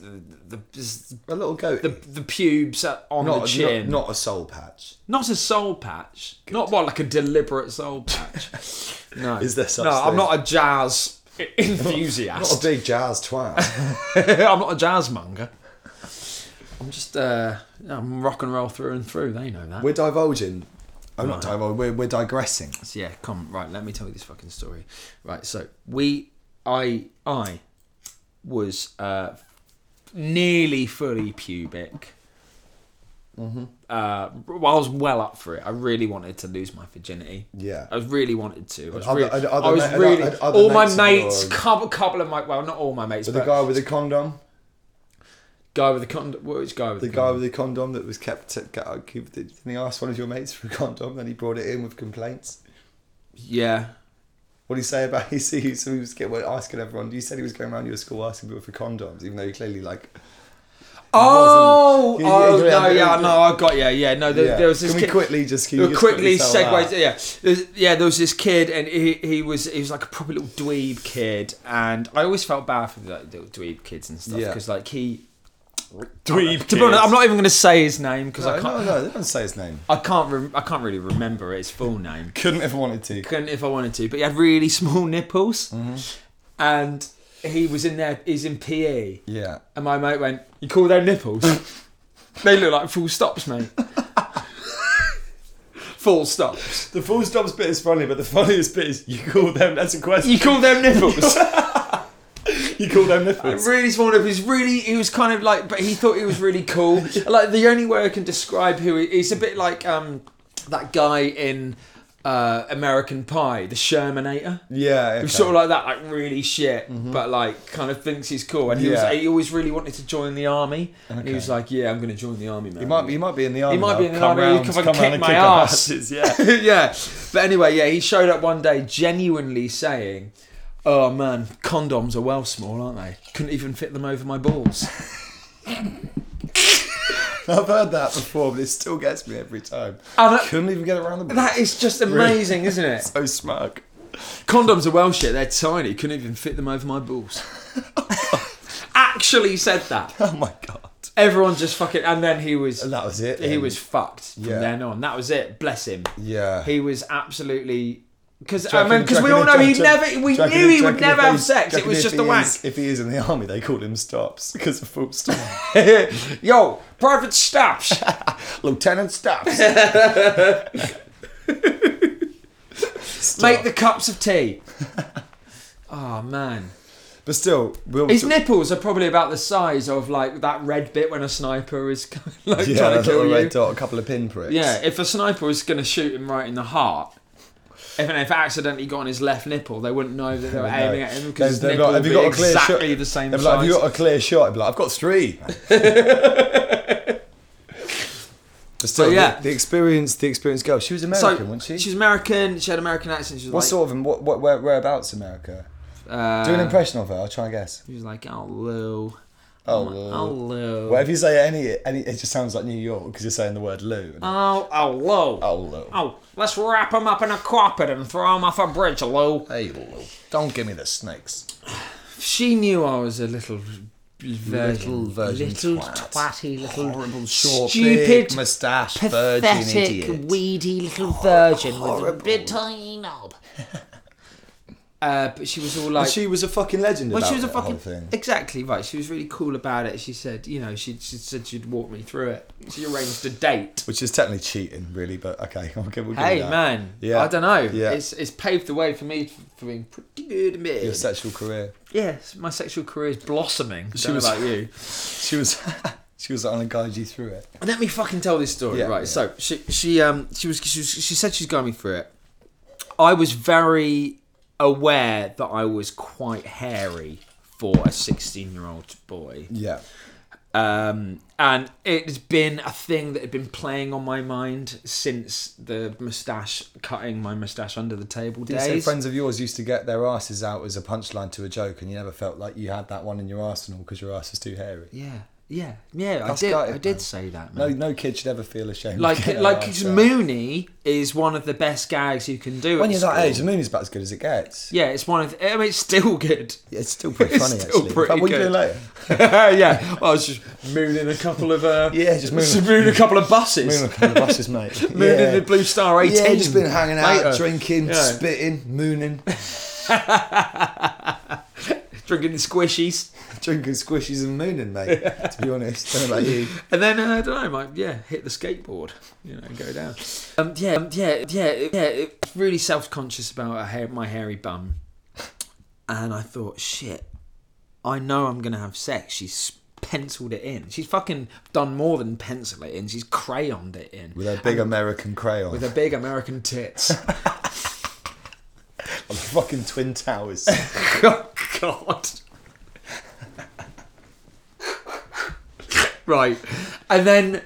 S1: the the,
S2: a little goat.
S1: the, the pubes on
S2: not,
S1: the
S2: a-
S1: chin.
S2: Not, not a soul patch.
S1: Not a soul patch. Not what like a deliberate soul patch. no.
S2: Is there such
S1: No, I'm
S2: thing?
S1: not a jazz enthusiast.
S2: Not a big jazz twat.
S1: I'm not a jazz monger. I'm just uh I'm rock and roll through and through, they know that.
S2: we're divulging. I'm not divulging. We're, we're digressing.
S1: So, yeah, come right, let me tell you this fucking story. Right, so we I I was uh nearly fully pubic. Mm-hmm. Uh, well, I was well up for it. I really wanted to lose my virginity.
S2: Yeah.
S1: I really wanted to. I was
S2: Other-
S1: really,
S2: other- other
S1: I was
S2: ma- other-
S1: really
S2: other
S1: all my
S2: mates of
S1: mates,
S2: yours?
S1: couple, couple of my, well, not all my mates,
S2: So
S1: but
S2: the guy with the condom,
S1: guy with the condom. Which guy with
S2: the
S1: the,
S2: guy with the condom that was kept, kept didn't he asked one of your mates for a condom, then he brought it in with complaints.
S1: Yeah,
S2: What did he say about he see so he was get, well, asking everyone? You said he was going around your school asking people for condoms, even though you clearly like.
S1: Oh,
S2: wasn't-
S1: oh
S2: You- you-
S1: no,
S2: you-
S1: yeah, no, I got yeah, yeah. No, there,
S2: Yeah.
S1: there was this
S2: can we
S1: kid,
S2: quickly just can
S1: there
S2: you
S1: were
S2: just
S1: quickly
S2: quickly sell
S1: segues.
S2: that?
S1: Yeah, There's- yeah, there was this kid, and he, he was he was like a proper little dweeb kid, and I always felt bad for the like, little dweeb kids and stuff
S2: Yeah.
S1: because like he.
S3: Dweeb
S1: To be honest,
S3: kids.
S1: I'm not even going to say his name because I
S2: No,
S1: can't.
S2: no, no, they don't say his name.
S1: I can't. Rem- I can't really remember his full name.
S2: Couldn't if I wanted to.
S1: couldn't if I wanted to, but he had really small nipples, and he was in there. He's in PE,
S2: Yeah.
S1: and my mate went, "You call them nipples? they look like full stops, mate. full stops.
S3: The full stops bit is funny, but the funniest bit is you call them. That's a question.
S1: You call them nipples?
S3: You call them nipples.
S1: really small nipples. Really, he was kind of like, but he thought he was really cool. Like the only way I can describe who he, he's a bit like um that guy in uh American Pie, the Shermanator.
S2: Yeah.
S1: It
S2: okay. Mm-hmm.
S1: was sort of like that, like really shit, but like kind of thinks he's cool. And he
S2: Yeah.
S1: was, he always really wanted to join the army. And he was like, "Yeah, I'm going to join the army, man."
S2: He might, he might be in the army.
S1: might
S2: now.
S1: be in the
S2: Come
S1: army,
S2: round-
S1: come and
S2: come round
S1: kick my
S2: our
S1: ass.
S3: Asses, yeah.
S1: yeah, but anyway, yeah, he showed up one day genuinely saying, "Oh man, condoms are well small, aren't they? Couldn't even fit them over my balls."
S2: I've heard that before, but it still gets me every time.
S1: And that-
S2: Couldn't even get around the Oh,
S1: that is just amazing, isn't it?
S2: so smug.
S1: Condoms are well shit. They're tiny. Couldn't even fit them over my balls. Actually said that.
S2: Oh my god.
S1: Everyone just fucking. And then he was.
S2: And that was it.
S1: He
S2: then.
S1: was fucked from
S2: Yeah.
S1: then on. That was it. Bless him.
S2: Yeah.
S1: He was absolutely because I
S2: Jack
S1: mean
S2: and-
S1: because
S2: Jack
S1: we
S2: and
S1: all know
S2: Jack-
S1: he
S2: Jack-
S1: never we
S2: Jack and-
S1: knew he
S2: Jack
S1: would
S2: and
S1: never
S2: if
S1: have
S2: he-
S1: sex.
S2: Jack
S1: It
S2: and
S1: was
S2: if
S1: just
S2: he
S1: a wank.
S2: is- If he is in the army, they called him Stops because of full stop.
S1: Yo, private stops.
S2: Lieutenant Stops.
S1: Make the cups of tea. Oh man,
S2: But still, we'll
S1: his
S2: talk-
S1: nipples are probably about the size of like that red bit when a sniper is like
S2: yeah,
S1: trying to
S2: that's
S1: kill
S2: all
S1: you.
S2: right, dot, a couple of pinpricks.
S1: Yeah, if a sniper was going to shoot him right in the heart, if and if it accidentally got on his left nipple, they wouldn't know that they were
S2: No.
S1: aiming at him because his
S2: They've- they've
S1: nipple
S2: got-
S1: would
S2: have
S1: be
S2: you got a clear shot?
S1: exactly the same
S2: They'd be
S1: size.
S2: like, have you got a clear shot? I'd be like, I've got three. but still,
S1: So, yeah.
S2: yeah. the, the experience, the experienced girl. She was American, wasn't she?
S1: She's American. She had American accent. She was
S2: what
S1: like,
S2: sort of, what, what, where, whereabouts America?
S1: uh,
S2: Do an impression of her. I'll try and guess.
S1: She was like, oh, Lou.
S2: Oh,
S1: my-
S2: Lou.
S1: Oh, Lou.
S2: Well, if you say any, any, it just sounds like New York because you're saying the word Lou.
S1: Oh, oh, Lou.
S2: oh, Lou.
S1: Oh, let's wrap him up in a carpet and throw him off a bridge, Lou.
S2: Hey, Lou. Don't give me the snakes.
S1: She knew I was a little, little,
S2: virgin
S1: little
S2: twat.
S1: twatty, little
S2: Horrible, short,
S1: stupid,
S2: big moustache, virgin
S1: pathetic,
S2: idiot.
S1: weedy little virgin with a bit tiny knob. Uh, but she was all like,
S2: She was a fucking legend
S1: Well,
S2: about
S1: she was a
S2: it, the whole
S1: fucking
S2: thing.
S1: exactly right. She was really cool about it. She said, you know, she she said she'd walk me through it. She arranged a date.
S2: Which is technically cheating, really, but okay, we'll give, we'll give
S1: Hey
S2: you that.
S1: man,
S2: Yeah.
S1: I don't know.
S2: Yeah.
S1: It's it's paved the way for me for being pretty good.
S2: Your
S1: Admitted.
S2: sexual career.
S1: yes, my sexual career is blossoming. She
S2: She
S1: was like
S2: was-
S1: you.
S2: She was, she was on a guide you through it.
S1: Let me fucking tell this story,
S2: Yeah,
S1: right?
S2: yeah.
S1: So she she um she was she was, she said she's going me through it. I was very aware that I was quite hairy for a sixteen year old boy.
S2: Yeah,
S1: Um, and it's been a thing that had been playing on my mind since the moustache cutting my moustache under the table
S2: Did you say
S1: days.
S2: friends of yours used to get their asses out as a punchline to a joke, and you never felt like you had that one in your arsenal because your ass was too hairy?
S1: Yeah, yeah, yeah.
S2: That's
S1: I did.
S2: gutted,
S1: I did
S2: man.
S1: say that. Man.
S2: No, no kid should ever feel ashamed. of
S1: like
S2: getting their
S1: like
S2: arse
S1: it's
S2: out.
S1: Mooney is one of the best gags you can do.
S2: When
S1: at
S2: you're that
S1: school.
S2: age, the moon is about as good as it gets.
S1: yeah, it's one of. The, I mean, it's still good.
S2: It's still pretty
S1: It's
S2: funny,
S1: still
S2: actually. In
S1: pretty
S2: fact, what are you
S1: good.
S2: doing later?
S1: yeah, I was just mooning a couple of uh,
S2: Yeah, just mooning-
S1: just mooning a couple of buses,
S2: Moon on a couple of buses, mate.
S1: mooning
S2: yeah.
S1: the Blue Star
S2: Yeah,
S1: eighteen.
S2: just been hanging out,
S1: later.
S2: drinking,
S1: Yeah.
S2: spitting, mooning,
S1: drinking squishies,
S2: drinking squishies and mooning, mate. to be honest, don't know about you.
S1: and then uh, I don't know, might yeah, hit the skateboard, you know, and go down. Um, yeah, um, yeah, yeah, it- yeah. It's really self conscious about a hair, my hairy bum, and I thought, shit, I know I'm gonna have sex. She's penciled it in. She's fucking done more than pencil it in. She's crayoned it in
S2: With a big American crayon,
S1: with her big American tits.
S2: on the fucking twin towers.
S1: oh god right and then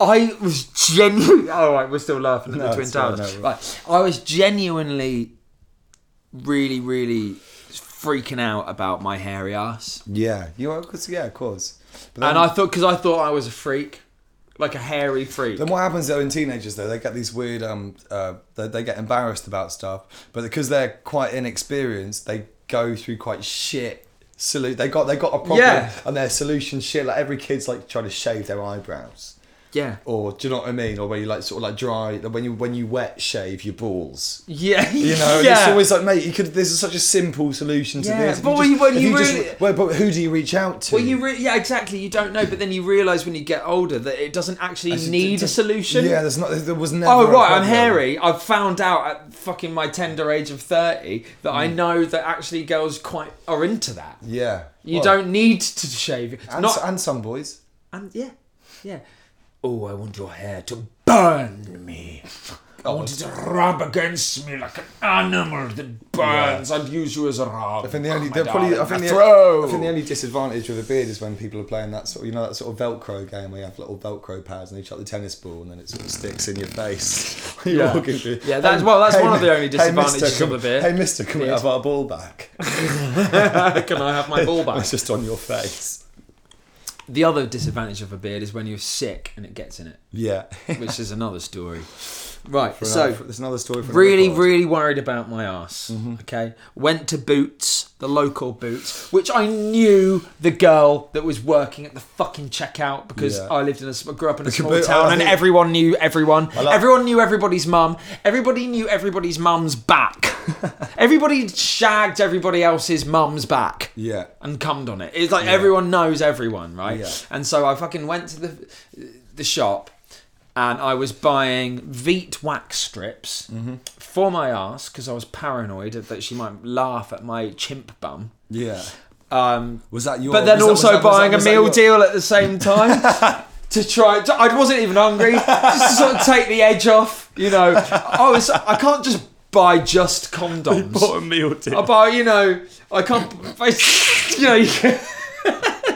S1: i was genuinely all right we're still laughing at
S2: No,
S1: the twin
S2: it's fine,
S1: towers
S2: no, we're-
S1: right i was genuinely really really freaking out about my hairy ass
S2: yeah, you are. 'cause- Yeah, of course. But then-
S1: and i thought because i thought i was a freak like a hairy freak
S2: Then what happens though in teenagers though they get these weird um uh, they, they get embarrassed about stuff, but because they're quite inexperienced, they go through quite shit. Salute. They got they got a problem
S1: Yeah.
S2: and their solution shit. Like every kid's like trying to shave their eyebrows,
S1: yeah
S2: or do you know what I mean? Or when you like sort of like dry when you when you wet shave your balls.
S1: yeah
S2: You know, and
S1: yeah
S2: it's always like, mate, you could. This is such a simple solution to
S1: Yeah,
S2: this. If
S1: but when
S2: just-
S1: you- when
S2: if
S1: you
S2: just-
S1: really-
S2: well, but who do you reach out to?
S1: well, you re- yeah, exactly. You don't know, but then you realise when you get older that it doesn't actually
S2: Actually,
S1: need
S2: d-
S1: a solution.
S2: Yeah, there's not. There was never.
S1: Oh
S2: a
S1: right, I'm
S2: problem.
S1: hairy. I've found out at fucking my tender age of thirty that I
S2: Mm.
S1: know that actually girls quite are into that.
S2: Yeah,
S1: You
S2: Well,
S1: don't need to shave. It's
S2: And,
S1: not
S2: and some boys.
S1: and yeah, yeah. Oh, I want your hair to burn me. I want it to rub against me like an animal that burns. I'd use you as a rug.
S2: I think the only,
S1: Oh my
S2: they're probably, I
S1: darling,
S2: think
S1: a
S2: the,
S1: throw.
S2: I think the only disadvantage with a beard is when people are playing that sort of, you know, that sort of Velcro game where you have little Velcro pads and they chuck the tennis ball and then it sort of sticks in your face. when you're
S1: Yeah.
S2: walking through.
S1: Yeah, that's- well, that's one of the only
S2: hey,
S1: disadvantages
S2: mister,
S1: of
S2: can-
S1: a beard.
S2: Hey, mister, can we
S1: Beard.
S2: have our ball back?
S1: Can I have my ball back?
S2: It's just on your face.
S1: the other disadvantage of a beard is when you're sick and it gets in it,
S2: Yeah.
S1: which is another story. Right.
S2: For
S1: so
S2: another- there's another story for another
S1: really
S2: pod. Mm-hmm.
S1: really worried about my ass okay went to boots the local boots which i knew the girl that was working at the fucking checkout because
S2: Yeah.
S1: i lived in a sm- grew up in a small
S2: Boot-
S1: town
S2: I
S1: and
S2: think-
S1: everyone knew everyone
S2: like-
S1: everyone knew everybody's mum everybody knew everybody's mum's back everybody shagged everybody else's mum's back
S2: Yeah.
S1: and cummed on it. It's like everyone knows everyone, right?
S2: Yeah.
S1: And so I fucking went to the the shop and I was buying Veet wax strips
S2: Mm-hmm.
S1: for my ass because I was paranoid that she might laugh at my chimp bum.
S2: Yeah.
S1: Um,
S2: Was that your?
S1: but then
S2: was that- was
S1: also
S2: that- was
S1: buying
S2: that- was
S1: a
S2: that
S1: meal
S2: your-
S1: deal at the same time to try. To, I wasn't even hungry, just to sort of take the edge off. You know, I was. I can't just buy just condoms.
S3: What a meal deal.
S1: I buy, Uh, you know, I can't. you know, you, can-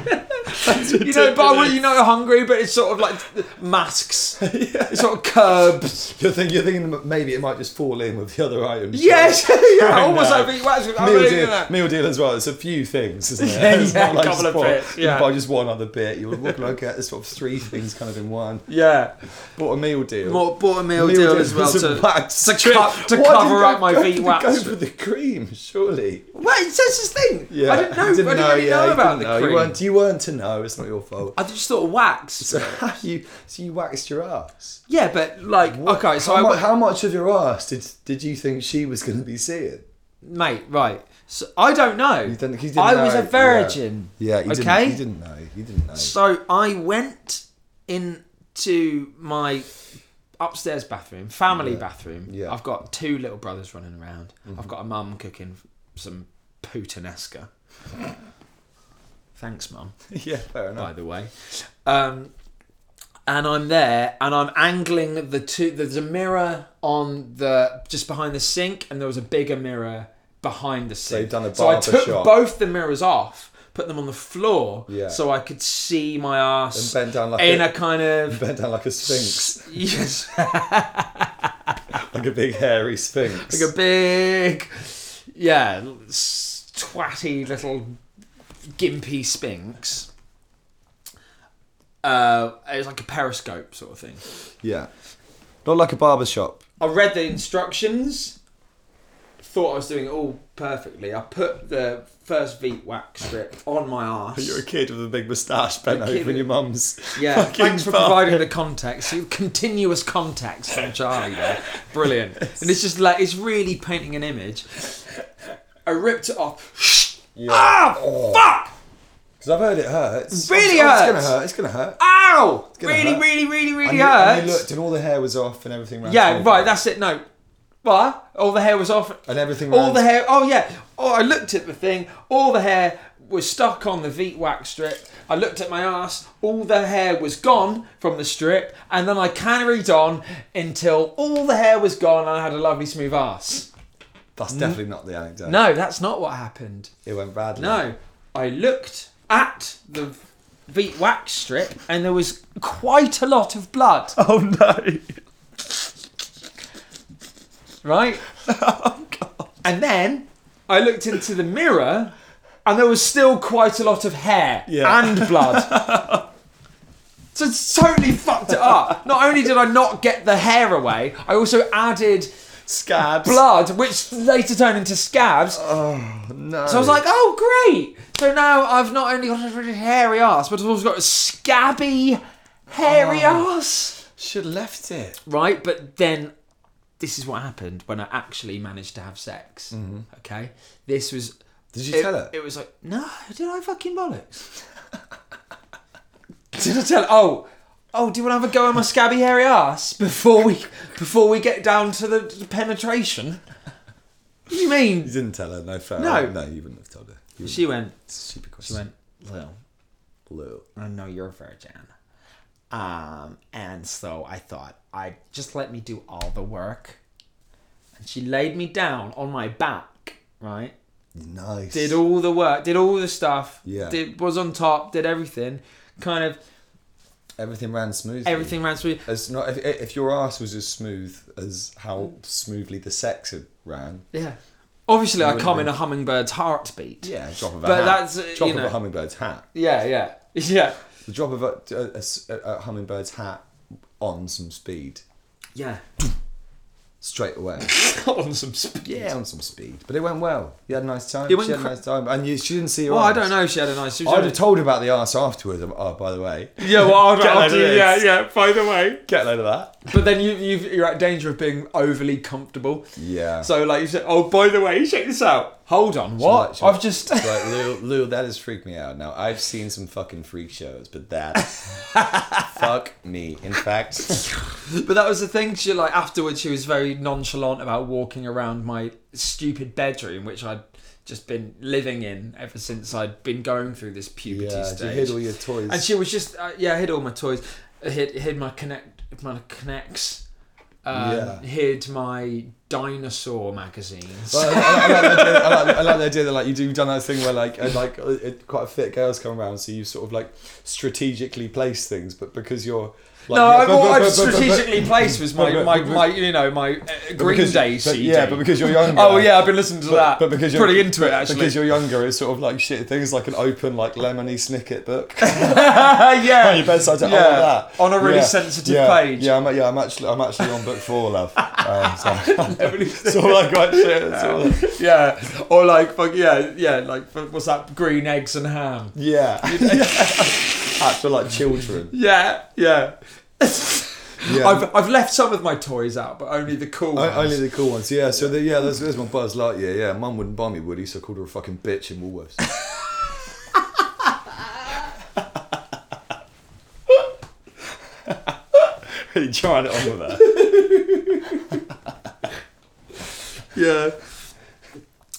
S1: you know, but I want- you know, hungry, but it's sort of like masks, it's sort of curbs.
S2: You're thinking, you're thinking that maybe it might just fall in with the other items.
S1: Yes, yeah, almost
S2: now.
S1: like being waxed. I'm
S2: Meal
S1: really
S2: deal,
S1: doing that.
S2: meal deal as well. It's a few things, isn't it? It's
S1: yeah,
S2: not like
S1: a couple
S2: just
S1: of
S2: one-
S1: bits, yeah.
S2: You buy just one other bit. You would like at sort of three things kind of in one.
S1: Yeah,
S2: Bought a meal deal.
S1: bought, bought a meal,
S2: Meal
S1: deal as well
S2: was a
S1: to,
S2: wax
S1: to,
S2: strip.
S1: co- to
S2: Why didn't
S1: cover
S2: I
S1: up my
S2: go
S1: V
S2: for-
S1: wax.
S2: Go for the cream, surely.
S1: Wait, it says this thing. I didn't know. I didn't really
S2: yeah,
S1: know
S2: you
S1: about
S2: didn't
S1: the
S2: know.
S1: cream.
S2: You weren't, you weren't to know. It's not your fault.
S1: I just thought of wax.
S2: So how you so you waxed your ass.
S1: Yeah, but like, okay, so
S2: how,
S1: I
S2: mu-
S1: went-
S2: how much of your ass did did you think she was going to be seeing?
S1: mate, right. So I don't know.
S2: didn't- he didn't
S1: I was
S2: know,
S1: a virgin.
S2: Yeah, you
S1: Okay?
S2: didn't. You didn't know. You didn't know.
S1: So I went into my upstairs bathroom, family bathroom.
S2: Yeah. Mm-hmm.
S1: I've got two little brothers running around. I've got a mum cooking some puttanesca. Thanks, mum
S2: yeah, fair enough.
S1: by the way. Um, and I'm there, and I'm angling the two. There's a mirror on the just behind the sink, and there was a bigger mirror behind the sink.
S2: you've done a
S1: so I
S2: barber
S1: took
S2: shot.
S1: both the mirrors off, put them on the floor
S2: Yeah.
S1: so I could see my ass
S2: And bent down like
S1: in
S2: a-
S1: a kind of
S2: Bent down like a sphinx,
S1: yes,
S2: like a big hairy sphinx.
S1: like a big yeah twatty little gimpy sphinx. Uh, it was like a periscope sort of thing.
S2: yeah, not like a barber shop.
S1: I read the instructions, thought I was doing it all perfectly. I put the first Veet wax strip on my arse.
S2: You're a kid with a big moustache bent
S1: A
S2: over
S1: kid
S2: in
S1: with-
S2: your mum's.
S1: Yeah,
S2: fucking
S1: thanks for
S2: bar.
S1: providing the context. You- Continuous context from Charlie there. Brilliant. And it's just like, it's really painting an image. I ripped it off. Ah, fuck!
S2: Because I've heard it hurts. Oh,
S1: Really
S2: it's,
S1: hurts.
S2: It's gonna hurt. It's gonna hurt.
S1: Ow!
S2: gonna
S1: Really,
S2: hurt.
S1: really, really, really
S2: and you-
S1: hurts.
S2: And you looked, and all the hair was off, and everything. Ran
S1: yeah,
S2: through.
S1: right, that's it. No. What? All the hair was off.
S2: and everything.
S1: All
S2: ran
S1: the hair. Oh yeah. Oh, I looked at the thing. All the hair was stuck on the Veet wax strip. I looked at my ass. All the hair was gone from the strip, and then I carried on until all the hair was gone, and I had a lovely smooth ass.
S2: That's definitely not the anecdote.
S1: No, that's not what happened.
S2: It went badly.
S1: No, I looked at the Veet wax strip, and there was quite a lot of blood.
S2: Oh no.
S1: Right. And then I looked into the mirror, and there was still quite a lot of hair
S2: Yeah.
S1: and blood. so it's totally fucked it up. Not only did I not get the hair away, I also added
S2: Scabs.
S1: blood, which later turned into scabs. So
S2: No.
S1: I was like, oh great! So now I've not only got a really hairy ass, but I've also got a scabby, hairy ass.
S2: should have left it.
S1: right? But then this is what happened when I actually managed to have sex. Okay, this was.
S2: Did you tell her?
S1: It was like, no, did I fucking bollocks? did I tell? Oh, oh, do you want to have a go on my scabby hairy ass before we before we get down to the, the penetration? What do you
S2: You
S1: mean?
S2: didn't tell her. No fair.
S1: No.
S2: No, you wouldn't have told her. You
S1: She went.
S2: Stupid
S1: She
S2: question.
S1: went. Lil,
S2: Lil.
S1: I know you're a virgin. Um, and so I thought, I'd just let me do all the work. And she laid me down on my back, right?
S2: Nice.
S1: Did all the work, did all the stuff.
S2: Yeah.
S1: Did, was on top, did everything. Kind of
S2: everything ran smoothly.
S1: everything ran through.
S2: As not if, if your ass was as smooth as how smoothly the sex had ran.
S1: Yeah. Obviously, I
S2: Wouldn't
S1: come
S2: be.
S1: in a hummingbird's heartbeat.
S2: Yeah, drop of a
S1: But
S2: hat.
S1: that's, uh,
S2: drop
S1: you
S2: of
S1: know-
S2: a hummingbird's hat.
S1: Yeah, yeah. Yeah.
S2: The drop of a, a- a s- a- a hummingbird's hat on some speed
S1: Yeah.
S2: straight away.
S1: on some speed.
S2: yeah, on some speed. But it went well. You had a nice time.
S1: It went
S2: she had a
S1: cra-
S2: nice time, and you she didn't see your.
S1: Well, I
S2: ass.
S1: don't know if she had a nice. She was
S2: I'd
S1: only-
S2: have told her about the ass afterwards. um, Oh, by the way,
S1: yeah, well, I'd,
S2: Get
S1: I'd,
S2: over this.
S1: yeah, yeah, by the way.
S2: get a load of that.
S1: But then you, you've, you're at danger of being overly comfortable.
S2: Yeah.
S1: So like you said, oh by the way, check this out. Hold on,
S2: I-
S1: what?
S2: shall I-
S1: I've just
S2: Like, Lou, Lou, that has freaked me out. Now, I've seen some fucking freak shows, but that. fuck me. In fact,
S1: But that was the thing. She like afterwards, she was very nonchalant about walking around my stupid bedroom, which I'd just been living in ever since I'd been going through this puberty
S2: yeah, you
S1: stage.
S2: hid all your toys.
S1: and she was just uh, yeah, I hid all my toys, I hid hid my connect my connects, um,
S2: Yeah.
S1: hid my dinosaur magazines.
S2: But I, I, like the idea, I, like, I like the idea that like you do done that thing where like uh, like uh, it, quite a fit girls come around, so you sort of like strategically place things, but because you're like,
S1: no,
S2: yeah,
S1: I,
S2: but-
S1: what I've
S2: but- but- but-
S1: strategically placed was my,
S2: but-
S1: my,
S2: but-
S1: my you know my uh,
S2: but
S1: Green
S2: because-
S1: Day
S2: but-
S1: CD.
S2: yeah, but because you're younger.
S1: Oh yeah, I've been listening to
S2: But,
S1: that.
S2: but because you're
S1: pretty into it
S2: but
S1: actually.
S2: Because you're younger, it's sort of like shit things like an open like lemony snicket book.
S1: yeah.
S2: on your bedside table.
S1: Yeah.
S2: Oh, that.
S1: On a really
S2: Yeah.
S1: sensitive
S2: Yeah.
S1: page.
S2: Yeah, I'm, yeah, I'm actually, I'm actually on book four, love. Um, so. it's all I got. Shit. It's all.
S1: yeah. Or like, fuck yeah, yeah. Like, f- what's that? Green eggs and ham.
S2: Yeah. Actual like children.
S1: Yeah, yeah.
S2: Yeah.
S1: I've I've left some of my toys out, but only the cool ones.
S2: O- Only the cool ones, yeah. So the, yeah, there's, there's my Buzz Lightyear. Yeah, Mum wouldn't buy me, would he? So I called her a fucking bitch in Woolworths.
S3: Really trying it on with her.
S1: yeah.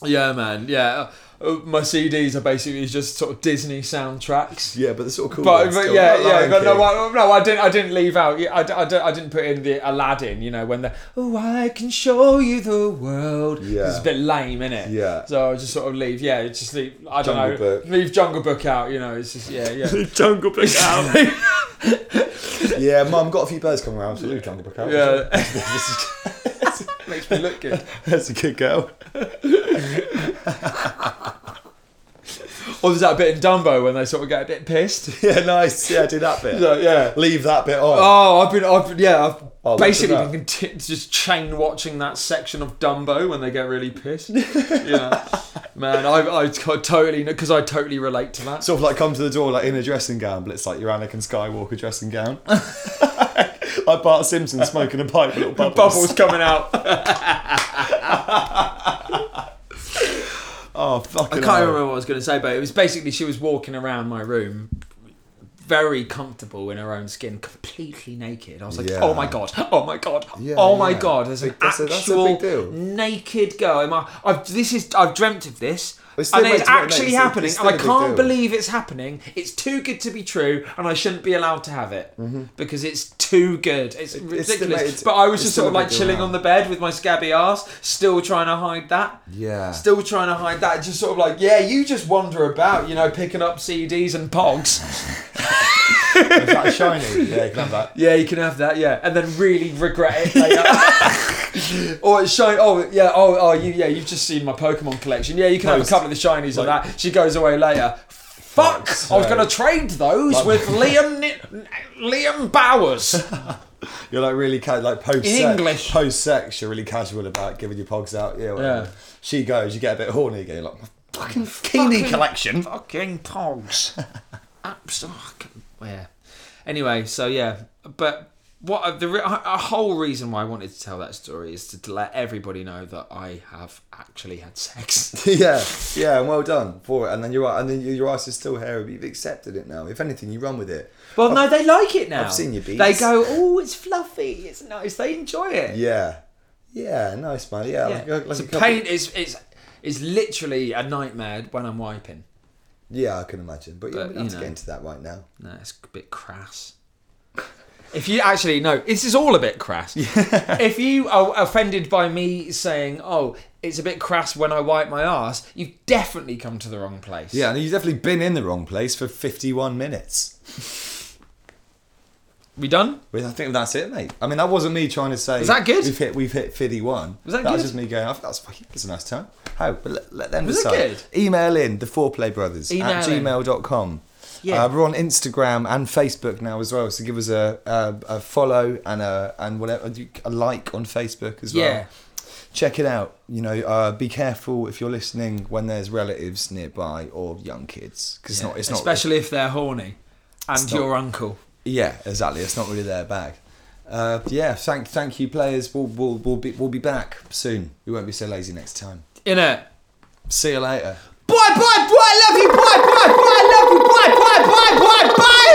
S1: Yeah, man. Yeah. uh, my CDs are basically just sort of Disney soundtracks.
S2: Yeah, but the sort of cool.
S1: But,
S2: ones
S1: but
S2: still.
S1: yeah,
S2: Like
S1: yeah,
S2: Lion
S1: but no,
S2: King.
S1: I, no, I didn't. I didn't leave out. Yeah, I, d- I d- I didn't put in the Aladdin. You know, when the oh, I can show you the world.
S2: Yeah.
S1: it's a bit lame, innit?
S2: Yeah.
S1: So I just sort of leave. Yeah, just leave. I don't
S2: Jungle
S1: know.
S2: Book.
S1: Leave Jungle Book out. You know, it's just yeah, yeah.
S3: Jungle Book out.
S2: Yeah, mum got a few birds coming around. So leave Jungle Book out.
S1: Yeah. Makes me look good.
S2: that's a good girl.
S1: Or there's that bit in Dumbo when they sort of get a bit pissed.
S2: Yeah, nice. Yeah, do that bit.
S1: So, yeah.
S2: Leave that bit on.
S1: Oh, I've been, I've been, yeah, I've
S2: Oh, look at
S1: basically
S2: that.
S1: been conti- just chain watching that section of Dumbo when they get really pissed. yeah, man, I, I totally because I totally relate to that.
S2: Sort of like come to the door like in a dressing gown, but it's like your Anakin Skywalker dressing gown. like Bart Simpson smoking a pipe, little bubbles.
S1: Bubbles coming out.
S2: Oh fucking.
S1: I can't remember what I was going to say, but it was basically she was walking around my room, very comfortable in her own skin, completely naked. I was like,
S2: Yeah.
S1: oh my god, oh my god,
S2: Yeah,
S1: oh my
S2: yeah.
S1: god. There's an
S2: Big- that's a- that's a
S1: actual
S2: big deal.
S1: naked girl. in my- I've, this is I've dreamt of this.
S2: It's still
S1: And
S2: made
S1: it's
S2: to make- no,
S1: actually
S2: it's- it's
S1: happening,
S2: still
S1: and I
S2: a big
S1: can't
S2: deal.
S1: believe it's happening. It's too good to be true, and I shouldn't be allowed to have it because it's too good. It's
S2: It- Mm-hmm. it's
S1: ridiculous.
S2: still made to-
S1: but I was
S2: it's
S1: just
S2: still
S1: sort of
S2: a big
S1: like
S2: deal
S1: chilling
S2: now.
S1: on the bed with my scabby ass, still trying to hide that
S2: Yeah.
S1: still trying to hide that. Just sort of like, yeah, you just wander about, you know, picking up CDs and pogs.
S2: Is that shiny? Yeah, you can have that.
S1: Yeah, you can have that. Yeah, and then really regret it later. or it's shiny. Oh yeah. Oh oh you yeah. You've just seen my Pokemon collection. Yeah, you can have a
S2: Post.
S1: couple of the shinies of
S2: Like-
S1: that. She goes away later. Fuck! I was going to trade those
S2: Like-
S1: with Liam Ni- Liam Bowers.
S2: You're like really ca- like post
S1: In English.
S2: Post sex, you're really casual about giving your pogs out. Yeah. whatever.
S1: Yeah.
S2: She goes, you get a bit horny again. You're like my fucking bikini collection.
S1: Fucking pogs. Absolutely. Yeah. Anyway, so yeah, but what I- the re- a whole reason why I wanted to tell that story is to, to let everybody know that I have actually had sex.
S2: yeah, yeah, and well done for it. And then you're right, and then your your ass is still hairy, but you've accepted it now. If anything, you run with it.
S1: Well, no, they like it now.
S2: I've seen your beats.
S1: They go, oh, it's fluffy, it's nice. They enjoy it.
S2: Yeah, yeah, nice man. Yeah,
S1: Yeah.
S2: like- like
S1: so
S2: a couple-
S1: pain is is is literally a nightmare when I'm wiping.
S2: Yeah, I can imagine, but,
S1: But,
S2: you don't
S1: you
S2: have to
S1: know.
S2: get into that right now.
S1: No, it's a bit crass. If you actually no, this is all a bit crass. If you are offended by me saying, "Oh, it's a bit crass when I wipe my ass," you've definitely come to the wrong place.
S2: Yeah, and you've definitely been in the wrong place for 51 minutes.
S1: we done?
S2: Well, I think that's it, mate. I mean, that wasn't me trying to say.
S1: Was that good?
S2: We've hit, we've hit 51.
S1: Was that
S2: was
S1: good?
S2: just me going. I think that's fucking. That's a nice time. How? But let, let them
S1: Was it
S2: decide.
S1: good?
S2: Email in the foreplay brothers at
S1: Email in.
S2: gmail.com.
S1: Yeah.
S2: Uh, we're on Instagram and Facebook now as well, so give us a a, a follow and a and whatever a like on Facebook as well.
S1: Yeah.
S2: Check it out. You know, uh, be careful if you're listening when there's relatives nearby or young kids, because it's not. It's not.
S1: especially if they're horny and
S2: not-
S1: your uncle.
S2: Yeah, exactly. It's not really their bag. Uh, yeah, thank thank you, players. We'll, we'll we'll be we'll be back soon. We won't be so lazy next time.
S1: In it.
S2: See you later.
S1: Boy, boy, boy, I love you, boy, boy, boy, I love you, boy, boy, boy, boy, boy.